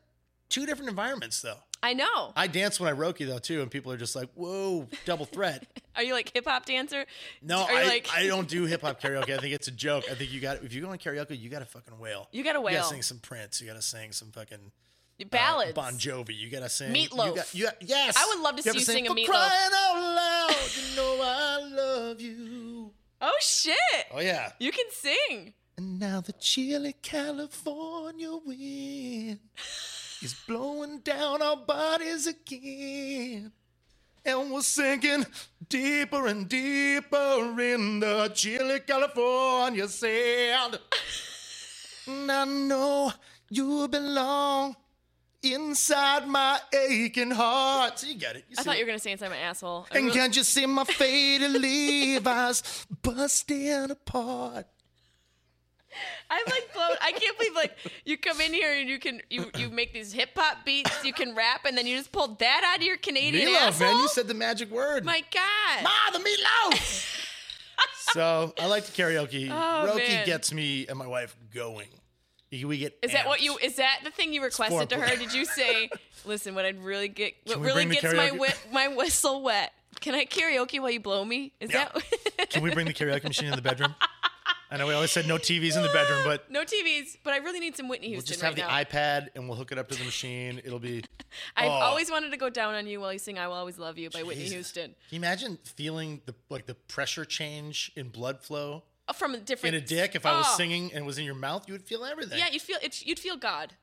A: Two different environments though.
B: I know.
A: I dance when I roki though too, and people are just like, "Whoa, double threat."
B: Are you like hip hop dancer?
A: No,
B: Are you
A: I,
B: like-
A: I don't do hip hop karaoke. I think it's a joke. I think you got if you go on karaoke, you got to fucking wail.
B: You gotta
A: You
B: wail.
A: gotta sing some Prince. You gotta sing some fucking
B: You
A: uh,
B: Ballads.
A: bon Jovi. You gotta sing You
B: Meatloaf.
A: got, you got- yes.
B: I would love to
A: You
B: see
A: have
B: you sing a
A: "For
B: Meatloaf."
A: Crying out loud, you know I love you.
B: oh shit!
A: Oh yeah.
B: You can sing.
A: And now the chilly California wind is blowing down our bodies again. And we're sinking deeper and deeper in the chilly California sand. And I know you belong inside my aching heart. So you get it. You
B: I
A: see it.
B: thought you were gonna say inside my asshole. I
A: And
B: really-
A: can't you see my faded Levi's busting apart?
B: I'm like blown. I can't believe like you come in here and you can you you make these hip hop beats, you can rap, and then you just pulled that out of your Canadian
A: Meatloaf,
B: asshole.
A: man, you said the magic word.
B: My God.
A: ah, the meatloaf. so I like the karaoke.
B: Oh,
A: Roki
B: man.
A: gets me and my wife going. We get.
B: Is that what
A: amped.
B: you? Is that the thing you requested to
A: foreplay.
B: her? Did you say, "Listen, what I'd really get, what
A: we
B: really
A: bring the
B: gets my
A: karaoke?
B: whi- my whistle wet? Can I karaoke while you blow me? Is
A: Yeah.
B: that?"
A: Can we bring the karaoke machine in the bedroom? I know we always said no TVs in the bedroom, but
B: No TVs, but I really need some Whitney
A: we'll
B: Houston
A: just have
B: right
A: the
B: now.
A: iPad and we'll hook it up to the machine. It'll be.
B: I've
A: Oh.
B: always wanted to go down on you while you sing "I Will Always Love You" by Whitney
A: Jesus.
B: Houston
A: Can you imagine feeling the like the pressure change in blood flow
B: Oh, from a
A: in
B: different
A: a dick? If I was
B: Oh.
A: singing and it was in your mouth, you would feel everything.
B: Yeah, you'd feel it's, you'd feel God.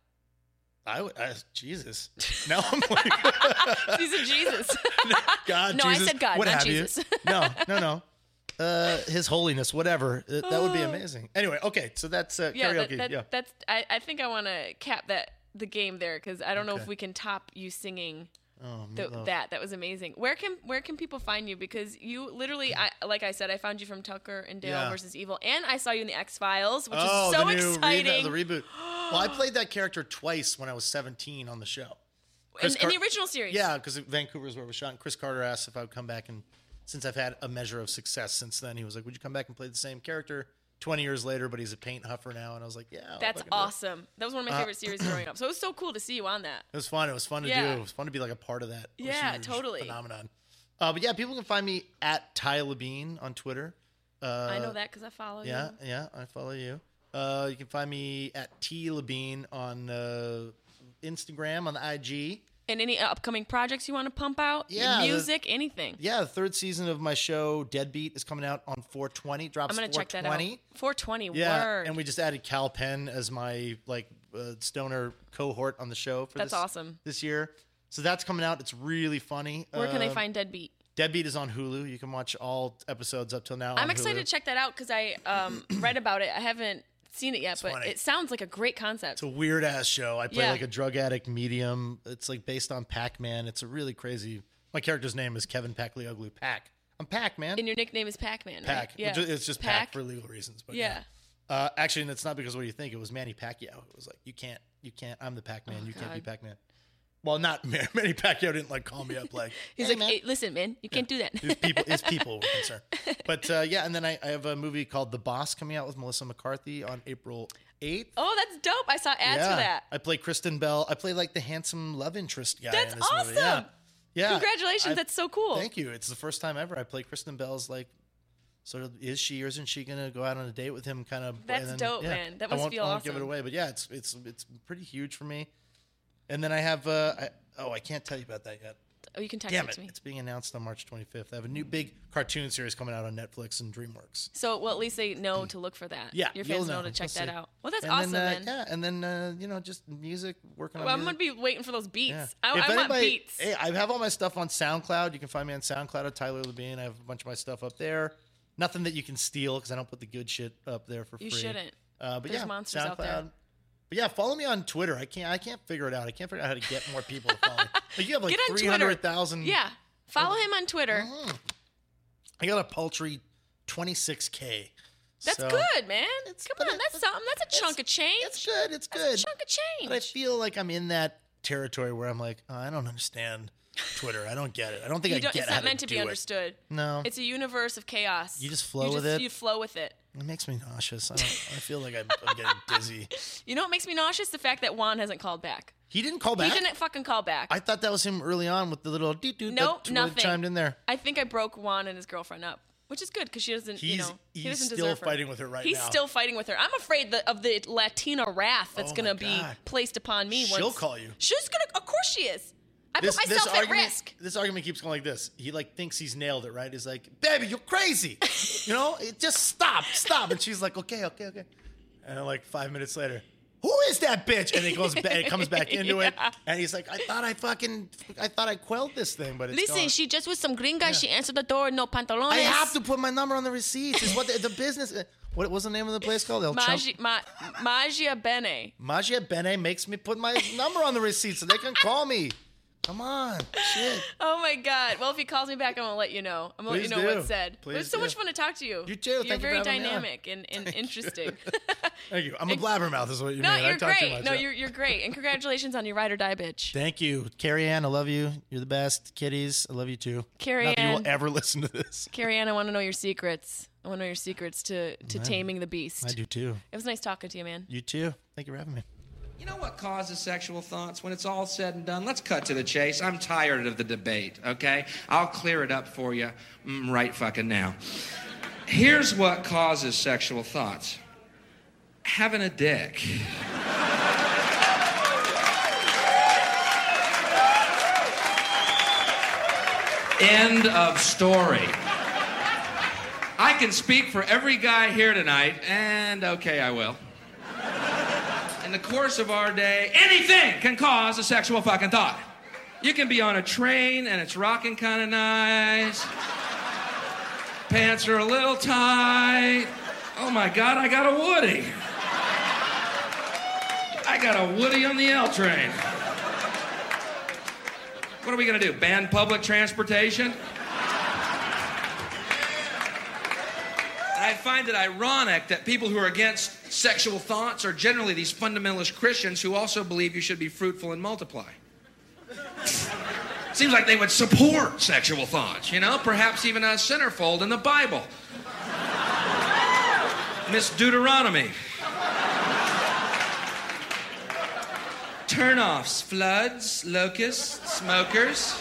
A: I would. I, Jesus. Now I'm like,
B: He's a Jesus.
A: God.
B: No, I
A: Jesus,
B: said God,
A: what
B: not
A: have you.
B: Jesus.
A: No, no, no. Uh, His holiness, whatever. Uh, that would be amazing. Anyway, okay. So that's
B: Oh.
A: uh,
B: yeah,
A: karaoke.
B: that, that,
A: yeah.
B: that's. I, I think I want to cap that the game there because I don't know if we can top you singing
A: Oh,
B: the,
A: meatloaf.
B: that. That was amazing. Where can where can people find you? Because you literally, I like I said, I found you from Tucker and Dale
A: Yeah.
B: versus Evil, and I saw you in the X Files, which
A: oh,
B: is so
A: the new
B: exciting.
A: Reboot, the reboot. Well, I played that character twice when I was 17 on the show.
B: in,
A: Chris
B: in the
A: Car-
B: original series.
A: Yeah, because Vancouver is where it was shot. And Chris Carter asked if I would come back, and since I've had a measure of success since then, he was like, "Would you come back and play the same character?" Twenty years later, but he's a paint huffer now, and I was like, "Yeah, I'll
B: That's
A: fucking do it."
B: awesome. That was one
A: Uh,
B: of my favorite series growing up. So it was so cool to see you on that.
A: It was fun. It was fun to
B: Yeah.
A: do. It was fun to be like a part of that. It was a
B: Yeah,
A: huge
B: totally.
A: phenomenon. Uh, but yeah, people can find me at Ty Labine on Twitter. Uh,
B: I know that because I follow you.
A: Yeah, yeah, I follow you. Uh, you can find me at T Labine on uh, Instagram on the IG.
B: And any upcoming projects you want to pump out?
A: Yeah, the-
B: Music, anything.
A: Yeah, the third season of my show Deadbeat is coming out on 420. Drops
B: I'm gonna check that out.
A: 420.
B: 420.
A: Yeah,
B: word.
A: and we just added Cal Penn as my like uh, stoner cohort on the show for
B: That's
A: this,
B: awesome.
A: this year. So that's coming out. It's really funny.
B: Where can they
A: Um,
B: find Deadbeat?
A: Deadbeat is on Hulu. You can watch all episodes up till now.
B: I'm excited to check that out because I um, read about it. I haven't seen it yet, but
A: funny.
B: it sounds like a great concept.
A: It's a weird ass show. I play
B: Yeah.
A: like a drug addict medium. It's like based on Pac Man. It's a really crazy. My character's name is Kevin Paclioglu. Pac. I'm Pac Man.
B: and your nickname is Pac-Man, right?
A: Pac. Ju- It's just Pac, for legal reasons. But yeah.
B: yeah.
A: Uh, actually, and it's not because of what you think. It was Manny Pacquiao. It was like you can't, you can't. I'm the Pac Man. you can't be
B: Oh, God.
A: Pac Man. Well, not Ma- Manny Pacquiao didn't like call me up like
B: He's
A: "Hey,
B: like,
A: man."
B: "Hey, listen, man, you can't do
A: his
B: that.
A: people, his people were concerned. But uh, yeah, and then I, I have a movie called The Boss coming out with Melissa McCarthy on April eighth.
B: oh, that's dope. I saw ads for that.
A: I play Kristen Bell. I play like the handsome love interest guy.
B: That's
A: in this Movie. Yeah.
B: awesome.
A: yeah.
B: Congratulations.
A: I-
B: that's so cool.
A: Thank you. It's the first time ever I play Kristen Bell's like sort of is she or isn't she gonna go out on a date with him kind of and
B: That's dope, man. That must
A: I won't,
B: feel
A: I won't give it
B: awesome.
A: away, but yeah, it's it's it's pretty huge for me. And then I have uh I, oh I can't tell you about that yet.
B: Oh, you can text
A: Damn
B: it
A: it.
B: to me.
A: It's being announced on March twenty fifth. I have a new big cartoon series coming out on Netflix and DreamWorks.
B: So, well, at least they know to look for that.
A: Yeah,
B: Your
A: you'll
B: fans know,
A: know.
B: to check
A: You'll
B: that
A: see.
B: out. Well, that's
A: and
B: awesome,
A: then,
B: man.
A: uh, yeah, and then uh, you know, just music, working
B: Well,
A: on
B: I'm
A: music.
B: going to be waiting for those beats.
A: Yeah.
B: I,
A: If
B: I want
A: anybody-
B: beats.
A: Hey, I have all my stuff on SoundCloud. You can find me on SoundCloud at Tyler Labine. I have a bunch of my stuff up there. Nothing that you can steal because I don't put the good shit up there for
B: You
A: free.
B: shouldn't.
A: Uh, but
B: There's
A: yeah,
B: monsters
A: SoundCloud.
B: out there.
A: But yeah, follow me on Twitter. I can't. I can't figure it out. I can't figure out how to get more people to follow. me. Like you have like
B: Get on
A: three
B: Twitter.
A: hundred thousand.
B: yeah. Follow him on Twitter.
A: I got a paltry twenty six k.
B: That's good, man. Come
A: but
B: on,
A: it-
B: that's
A: but
B: something. That's a chunk of change.
A: It's good. It's good.
B: That's a chunk of
A: But I
B: change.
A: feel like I'm in that territory where I'm like, oh, I don't understand Twitter. I don't get it. I don't think
B: You
A: I
B: don't,
A: get
B: it's
A: how
B: not meant to be
A: do it.
B: understood.
A: No,
B: It's a universe of chaos.
A: You just flow with it.
B: You flow with it.
A: it makes me nauseous. I, don't, I feel like I'm, I'm getting dizzy.
B: You know what makes me nauseous? The fact that Juan hasn't called back.
A: He didn't call back.
B: He didn't fucking call back.
A: I thought that was him early on with the little doo doo
B: Nope,
A: that
B: nothing.
A: chimed in there.
B: I think I broke Juan and his girlfriend up, which is good because she doesn't. you
A: He's-
B: know, he
A: he's
B: doesn't
A: still
B: deserve her.
A: fighting with her right
B: he's
A: now.
B: still fighting with her. I'm afraid the, of the Latina wrath that's
A: Oh
B: gonna
A: my
B: be
A: God.
B: placed upon me.
A: She'll
B: once-
A: call you.
B: She's gonna. Of course she is. I put myself at
A: argument,
B: risk.
A: This argument keeps going like this. He like thinks he's nailed it, right? He's like, "Baby, you're crazy," you know. It just stop, stop. And she's like, "Okay, okay, okay." And then, like five minutes later, who is that bitch? And he goes, ba- it comes back into
B: Yeah.
A: it, and he's like, "I thought I fucking, I thought I quelled this thing, but it's
B: Listen,
A: gone."
B: she just was some gringa. She answered the door, no pantalones.
A: I have to put my number on the receipts. Is what the, the business? What was the name of the place called? El Chump-
B: Magi, ma, Magia Bene.
A: Magia Bene makes me put my number on the receipt so they can call me. Come on, shit.
B: Oh my God. Well, if he calls me back, I'm gonna let you know. I'm gonna
A: Please
B: let you know
A: do.
B: what's said. But it's
A: Please
B: so much
A: do.
B: fun to talk to you.
A: You too.
B: You're
A: Thank you for
B: very
A: having me on.
B: dynamic and, and interesting.
A: Thank you. I'm a blabbermouth, is what you
B: no,
A: mean. I
B: you're
A: talk too
B: great.
A: much,
B: No,
A: yeah.
B: you're you're great. And congratulations on your ride or die, bitch.
A: Thank you, Carrie Ann. I love you. You're the best. Kitties, I love you too.
B: Carrie
A: Not that you
B: Ann.
A: will ever listen to this.
B: Carrie Ann, I want to know your secrets. I want to know your secrets to, to taming the beast.
A: I do too.
B: It was nice talking to you, man.
A: You too. Thank you for having me.
E: You know what causes sexual thoughts? When it's all said and done, let's cut to the chase. I'm tired of the debate, okay? I'll clear it up for you mm, right fucking now. Here's what causes sexual thoughts having a dick. End of story. I can speak for every guy here tonight, and okay, I will. In the course of our day, anything can cause a sexual fucking thought. You can be on a train and it's rocking kind of nice. Pants are a little tight. Oh my God, I got a Woody. I got a Woody on the L train. What are we gonna do? Ban public transportation? I find it ironic that people who are against sexual thoughts are generally these fundamentalist Christians who also believe you should be fruitful and multiply. Seems like they would support sexual thoughts, you know, perhaps even a centerfold in the Bible. Miss Deuteronomy. Turnoffs, floods, locusts, smokers.